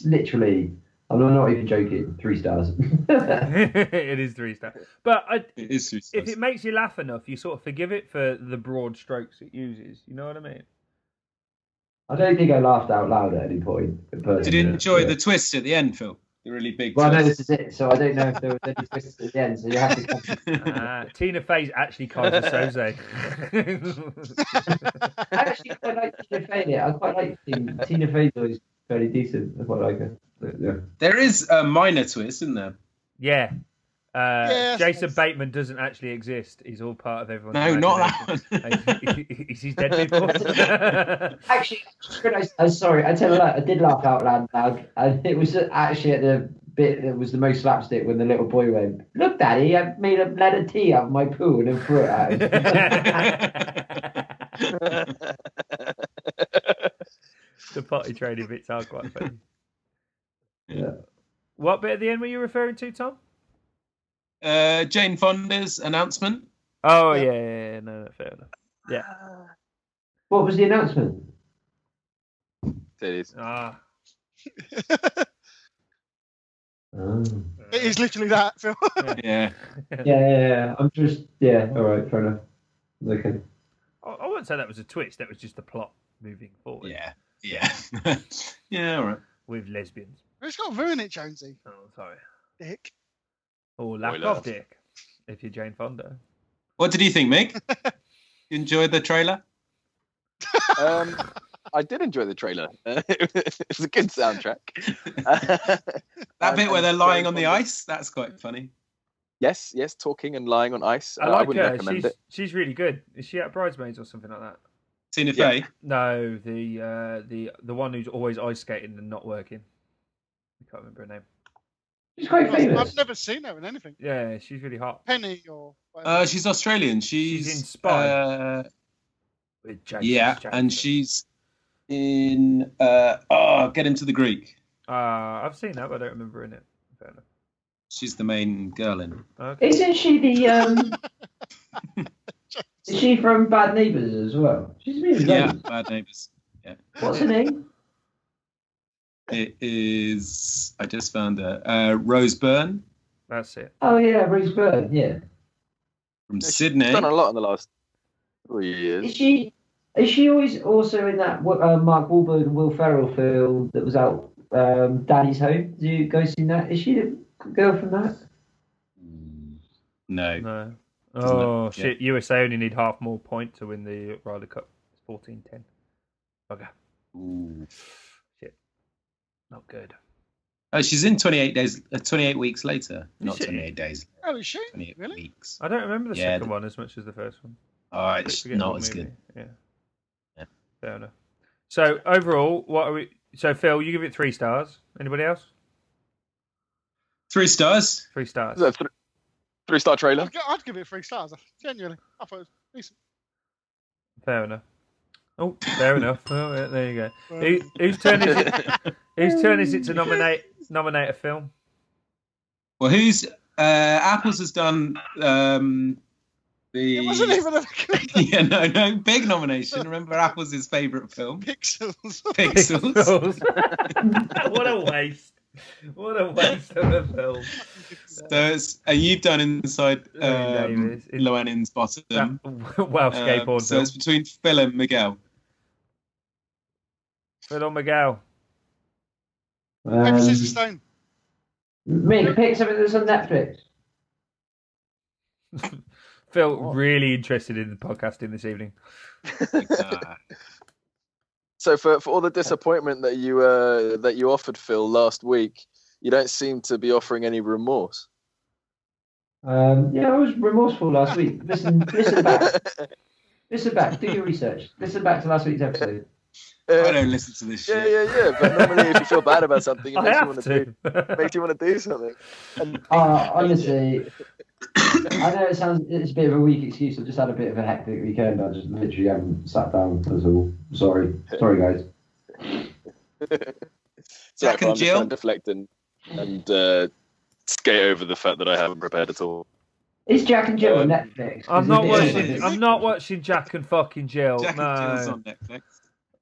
D: it's literally, I'm not even joking. Three stars.
A: it is three star, but I,
E: It is serious.
A: if it makes you laugh enough, you sort of forgive it for the broad strokes it uses. You know what I mean?
D: I don't think I laughed out loud at any point. But,
E: Did you enjoy
D: yeah.
E: the twist at the end, Phil? The really big
D: Well, no, this
E: twist.
D: is it. So I don't know if there was any twists at the end. So you have to.
A: Ah, Tina Fey's actually kind of Soze.
D: I actually quite like Tina Fey. in it. I quite like Tina, Tina Fey's always fairly decent. I quite like her. But, yeah.
E: there is a minor twist, isn't there?
A: yeah. Uh,
C: Yes,
A: Jason
C: yes.
A: Bateman doesn't actually exist. He's all part of everyone's.
E: No, not
A: imagination.
E: that one.
A: He's he's dead people.
D: Uh, Actually, I just realised- I'm sorry. I tell you that I did laugh out loud. loud and it was actually at the bit that was the most slapstick when the little boy went, "Look, Daddy, I've made a lead of tea out of my poo and then threw it at him."
A: the potty training bits are quite funny.
D: Yeah.
A: What bit at the end were you referring to, Tom?
E: Uh, Jane Fonda's announcement.
A: Oh yeah, yeah, yeah, yeah. no, no, fair enough. Yeah.
D: what was the announcement?
F: It is.
A: Ah,
D: Oh.
C: It is literally that, Phil.
E: Yeah.
D: Yeah, yeah, yeah. I'm just yeah. All right, fair enough. Okay.
A: I, I wouldn't say that was a twist. That was just the plot moving forward
E: Yeah. Yeah. yeah, all right.
A: with lesbians.
C: it's got to ruin it, Jonesy.
A: Oh, sorry.
C: Dick.
A: Or lack
F: Spoiler.
A: of dick, if you're Jane Fonda.
E: What did you think, Mick? you enjoyed the trailer?
F: Um, I did enjoy the trailer. it's a good soundtrack.
E: That
F: Um,
E: bit where
F: and
E: they're
F: Jane
E: lying on the
F: Fonda-
E: ice? That's quite funny.
F: Yes, yes, talking and lying on ice.
A: I
F: Uh,
A: like
F: I wouldn't
A: her.
F: recommend
A: She's,
F: it.
A: she's really good. Is she at Bridesmaids or something like that?
E: Tina
F: Yeah.
E: Fey?
A: No, the uh, the the one who's always ice skating and not working. I can't remember her name.
D: She's quite famous.
C: I've never seen her in anything.
A: Yeah, she's really hot.
C: Penny or whatever.
E: Uh, she's Australian. She's,
A: in Spy.
E: Uh,
A: With James
E: yeah,
A: Jackson.
E: and she's in. Uh, oh, get into the Greek.
A: Uh, I've seen that, but I don't remember in it. Fair enough.
E: She's the main girl in.
A: Okay.
D: Isn't she the um? is she from Bad Neighbours as well? She's really
E: Yeah,
D: lovely.
E: Bad Neighbors.
D: What's her name?
E: It is. I just found her. Uh, Rose Byrne
A: That's it.
D: Oh yeah, Rose Byrne. Yeah.
E: from
F: she's
E: Sydney.
F: Done a lot in the last three
D: Is
F: years.
D: she? Is she always also in that uh, Mark Wahlberg and Will Ferrell film that was out? Um, Daddy's Home. Do you guys seen that? Is she the girl from that?
E: No.
A: No.
E: Doesn't it?
A: Oh
E: Yeah.
A: shit! USA only need half more point to win the Ryder Cup. It's fourteen ten. Okay.
E: Ooh.
A: Not good.
E: Oh, she's in 28 days. Uh, 28 weeks later.
A: Is
E: Not
A: she?
E: 28 days.
C: oh, is she?
E: 28
C: Really?
E: weeks.
A: I don't remember the
E: Yeah,
A: second
E: the-
A: one as much as the first one.
E: Oh,
A: I
E: it's
A: forget
E: not
A: what
E: as
A: movie.
E: good.
A: Yeah.
E: Yeah.
A: Fair enough. So overall, what are we? So Phil, you give it three stars. Anybody else?
E: Three stars.
A: Three stars.
F: Is that a th- three star trailer?
C: I'd gi- I'd give it three stars. Genuinely, I thought it
A: Fair enough. Oh, fair enough. Oh, yeah, there you go.
C: was.
A: Who, whose turn is it? Whose turn is it to nominate nominate a film?
E: Well, who's uh, Apple's has done um, the.
C: it wasn't even a good
E: yeah, no, no, big nomination. Remember, Apple's his favourite film,
C: pixels.
A: Oh,
E: Pixels.
A: what a waste! What a waste of a film.
E: so it's and you've done inside
A: Oh,
E: um,
A: Davis. It-
E: Loenin's bottom.
A: That Welsh
E: Um,
A: skateboard
E: so
A: film.
E: it's between Phil and Miguel.
A: Phil or Miguel?
C: Paper,
D: Um,
C: scissors, stone.
D: Mick, pick something that's on Netflix.
A: Phil really interested in the podcasting this evening.
E: Ah,
F: So for, for all the disappointment that you uh, that you offered Phil last week, you don't seem to be offering any remorse.
D: Um, yeah, I was remorseful last week. Listen, listen back. Listen back. Do your research. Listen back to last week's episode.
E: I
F: Uh,
E: don't listen to this
F: yeah,
E: shit.
F: yeah, yeah. But normally, if you feel bad about something, it
A: I
F: makes you
A: have
F: want to do
A: to.
F: makes you want to do something. And
D: Uh, honestly, I know it sounds it's a bit of a weak excuse. I've just had a bit of a hectic weekend. I just literally haven't sat down. That's all. Sorry, sorry guys.
F: Sorry,
E: Jack
F: but
E: and
F: I'm just
E: Jill?
F: gonna deflect and, and uh, skate over the fact that I haven't prepared at all.
D: Is Jack and Jill on Netflix?
A: I'm
D: Is
A: not
D: it-
A: watching. I'm not watching Jack and fucking Jill.
E: Jack
A: no.
E: and Jill's on Netflix.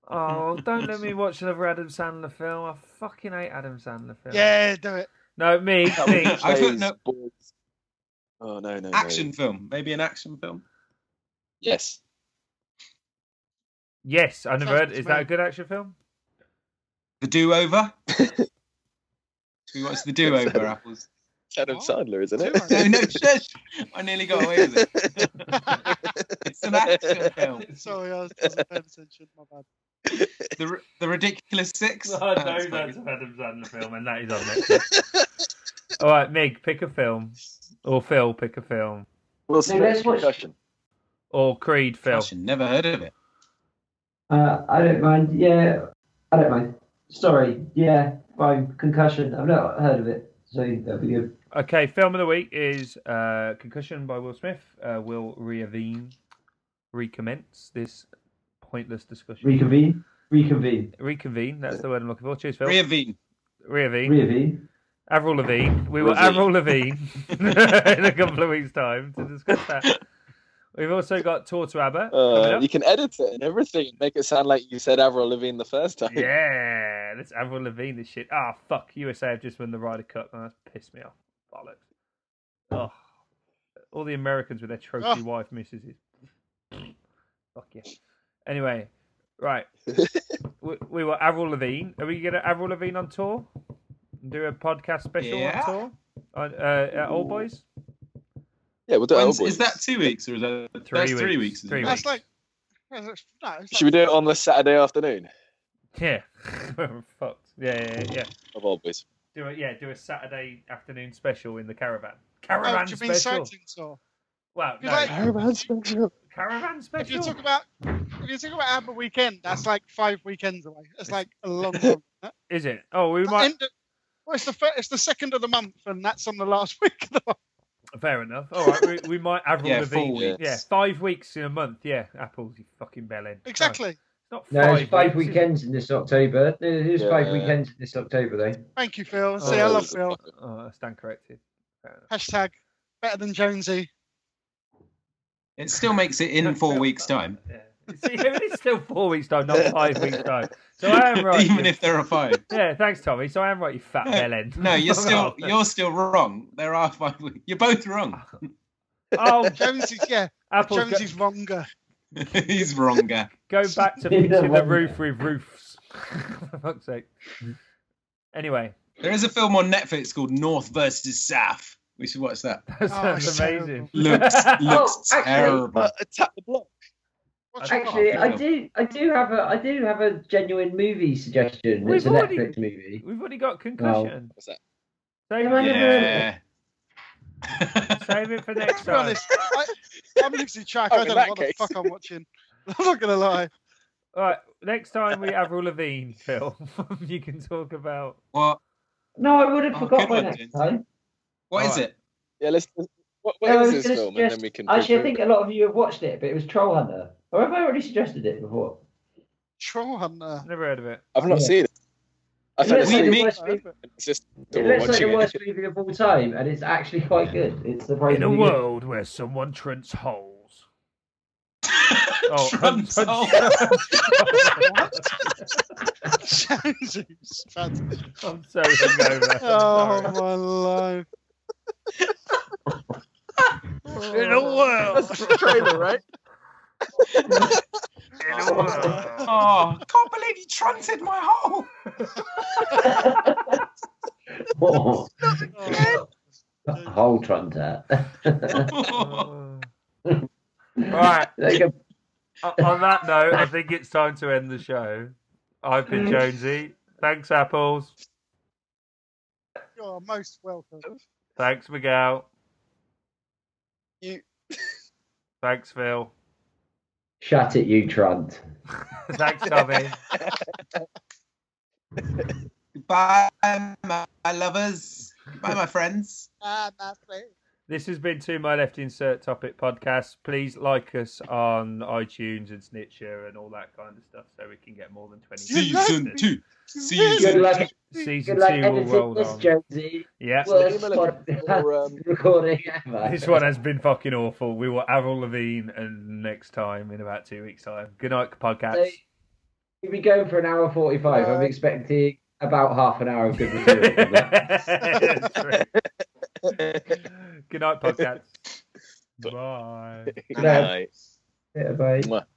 A: Oh, don't let me watch another Adam Sandler film. I fucking hate Adam Sandler films.
C: Yeah, do it.
A: No, me,
F: That
A: me.
E: I thought
F: plays
E: no-
F: balls. Oh no, no, no.
E: Action film, maybe an action film.
F: Yes.
A: Yes, I never heard.
C: Sounds
A: Is that a
C: great.
A: good action film?
E: The Do Over. we watched The Do Over. Apples.
F: It's Adam
C: What?
F: Sandler, isn't
E: No,
F: it?
E: no, shush. I nearly got away with it. it's an action film.
C: Sorry, I was- wasn't paying attention. My bad.
E: The, the Ridiculous Six. Oh, That's quite good.
A: Adam Sandler film, and that is on Netflix. All right, Mig, pick a film, or Phil, pick a film,
F: Will
D: let's
F: Smith
D: watch-
F: concussion.
A: or Creed, Phil.
E: Fashion, Never heard of it.
D: Uh, I don't mind. Yeah, I don't mind. Sorry. Yeah, fine. Concussion. I've not heard of it. So that'd be good.
A: Okay, film of the week is uh, Concussion by Will Smith. Uh, will reavene, recommence this pointless discussion.
D: Reconvene. Reconvene.
A: Reconvene. That's the word I'm looking for. Cheers, Phil.
H: Reaveen.
A: reavene.
D: Reavene.
A: Avril Lavigne. We will
F: Lavigne.
A: Avril Lavigne in a couple of weeks' time to discuss that. We've also got Torto Abba coming
F: Uh,
A: up.
F: you can edit it and everything, make it sound like you said Avril Lavigne the first time.
A: Yeah, let's Avril Lavigne this shit. Ah, fuck. USA have just won the Ryder Cup, and that's pissed me off. Bollocks. Oh, all the Americans with their trophy
C: Ah.
A: wife misses it. Fuck yeah. Anyway, right. we, we were Avril Lavigne. Are we gonna Avril Lavigne on tour? Do a podcast special
H: Yeah.
A: on tour? On, uh, at Old Boys.
F: Yeah, we'll do it.
G: When's-
F: Old
G: is
F: Boys.
G: that two weeks or is that
A: Three
G: that's three
A: weeks.
G: weeks? isn't
A: Three
G: it?
A: weeks.
C: That's like, no, it's like
F: Should we do it on the Saturday afternoon
A: Yeah. Fucked. Yeah, yeah, yeah, yeah.
F: of Old Boys?
A: Do a yeah, do a Saturday afternoon special in the caravan.
C: oh,
A: Caravan
C: do you mean
A: special.
C: sightings or?
A: Well,
C: You
A: no,
C: like-
A: caravan
C: If you
A: special.
C: talk about if you talk about Amber Weekend, that's like five weekends away. It's like a long time.
A: Is it? Oh, we
C: The
A: might.
C: end of- well, it's the fir- it's the second of the month, and that's on the last week of the month.
A: Fair enough. All right, we, we might Avril
H: Yeah,
A: Lavigne.
H: four weeks.
A: Yeah, five weeks in a month. Yeah, apples. You fucking bellend.
C: Exactly.
A: No, it's
D: No,
A: not five.
D: it's five
A: weeks, is it?
D: weekends in this October. No, it is five
F: Yeah.
D: weekends in this October, though.
C: Thank you, Phil. See, I
A: Oh.
C: love Phil.
A: Oh, I stand corrected. Fair enough.
C: Hashtag better than Jonesy.
H: It still makes it in four weeks' time,
A: Yeah. See, it's still four weeks time, not five weeks time. So I am right.
H: even if there are five.
A: Yeah, thanks, Tommy. So I am right, you fat
H: No,
A: bellend.
H: No, you're still
A: Oh,
H: you're still wrong. There are five weeks. You're both wrong.
A: Oh,
C: Jonesy's yeah.
A: apples. go-
C: Jonesy's wronger.
H: He's wronger.
A: Go back to
D: Yeah,
A: fixing the
D: one-
A: roof with roofs. For fuck's sake. Anyway,
H: There is a film on Netflix called North versus South. We should watch that.
A: that sounds
C: it's
A: amazing.
H: Looks looks
D: Oh, actually,
H: terrible.
E: uh,
F: attack the block.
C: What's
A: Actually,
C: wrong?
D: Actually, I do, I do have a, I do have a genuine movie suggestion.
A: We've
D: it's a
A: already-
D: Netflix movie.
A: We've already got concussion.
F: What's that?
A: Save,
D: Am I
A: it.
H: yeah.
A: Save it for
C: Let's
A: next
C: be
A: time.
C: honest. I, I'm losing track.
F: Oh,
C: I
F: in
C: don't know
F: that
C: what
F: case.
C: the fuck I'm watching. I'm not gonna lie.
A: All right, next time we have Lavigne, Phil. you can talk about.
H: what
D: No, I would have
H: Oh,
D: forgot
H: good
D: by
H: one,
D: next
H: James.
D: time.
H: What is
A: Alright.
H: it?
F: Yeah, let's. What, what
D: No, I
F: is
D: was
F: this
D: gonna
F: film? and
D: suggest-
F: then we can.
D: Actually, I
F: prove
D: think
F: it.
D: a lot of you have watched it, but it was Troll Hunter. Or have I already suggested it before?
C: Troll hunter.
A: Never heard of it.
F: I've not
D: Yeah.
F: seen it. I
D: It
F: found it
D: looks like
F: so
D: the
H: me-
D: worst movie-
F: consistent
D: it
F: while
D: looks like
F: watching
D: the
F: it.
D: worst movie of all time, and it's actually quite good. It's
A: In a
D: surprisingly good.
A: world where someone trunts holes. Oh,
H: Trump's
A: trunts
H: hole.
C: Jonesy's fantastic.
A: I'm so hungover.
C: Oh
A: I'm
C: my life.
A: sorry. In a world.
F: trailer, right?
A: In a world.
H: Oh, can't believe you trunted my hole.
D: Oh,
C: Oh.
D: whole Trunter.
A: Oh. All right.
D: Like a-
A: O- on that note, I think it's time to end the show. I've been Jonesy. Thanks, Apples.
C: You're most welcome.
A: Thanks, Miguel.
F: You-
A: Thanks, Phil.
D: Shut it, you Trunt.
A: Thanks, Tommy.
H: Goodbye, my lovers. Goodbye, my friends.
C: Ah, my friend.
A: this has been To My Left Insert Topic Podcast. Please like us on iTunes and Snitcher and all that kind of stuff so we can get more than 20.
C: See you soon.
A: listeners.
C: two.
D: Good luck,
A: Season
D: good luck
A: 2 will
D: editing
A: roll
D: this,
A: on.
D: Jonesy.
A: Yeah.
D: Worst
F: Email address
D: podcast
F: or, um,
D: recording ever.
A: This one has been fucking awful. We will Avril Levine and next time in about two weeks' time. Good night,
D: So,
A: podcast.
D: we've been going for an hour 45. I'm expecting about half an hour of good material. from that.
A: Good night, podcast. Bye.
D: Good night.
F: Night.
D: Yeah, bye.
F: Mwah.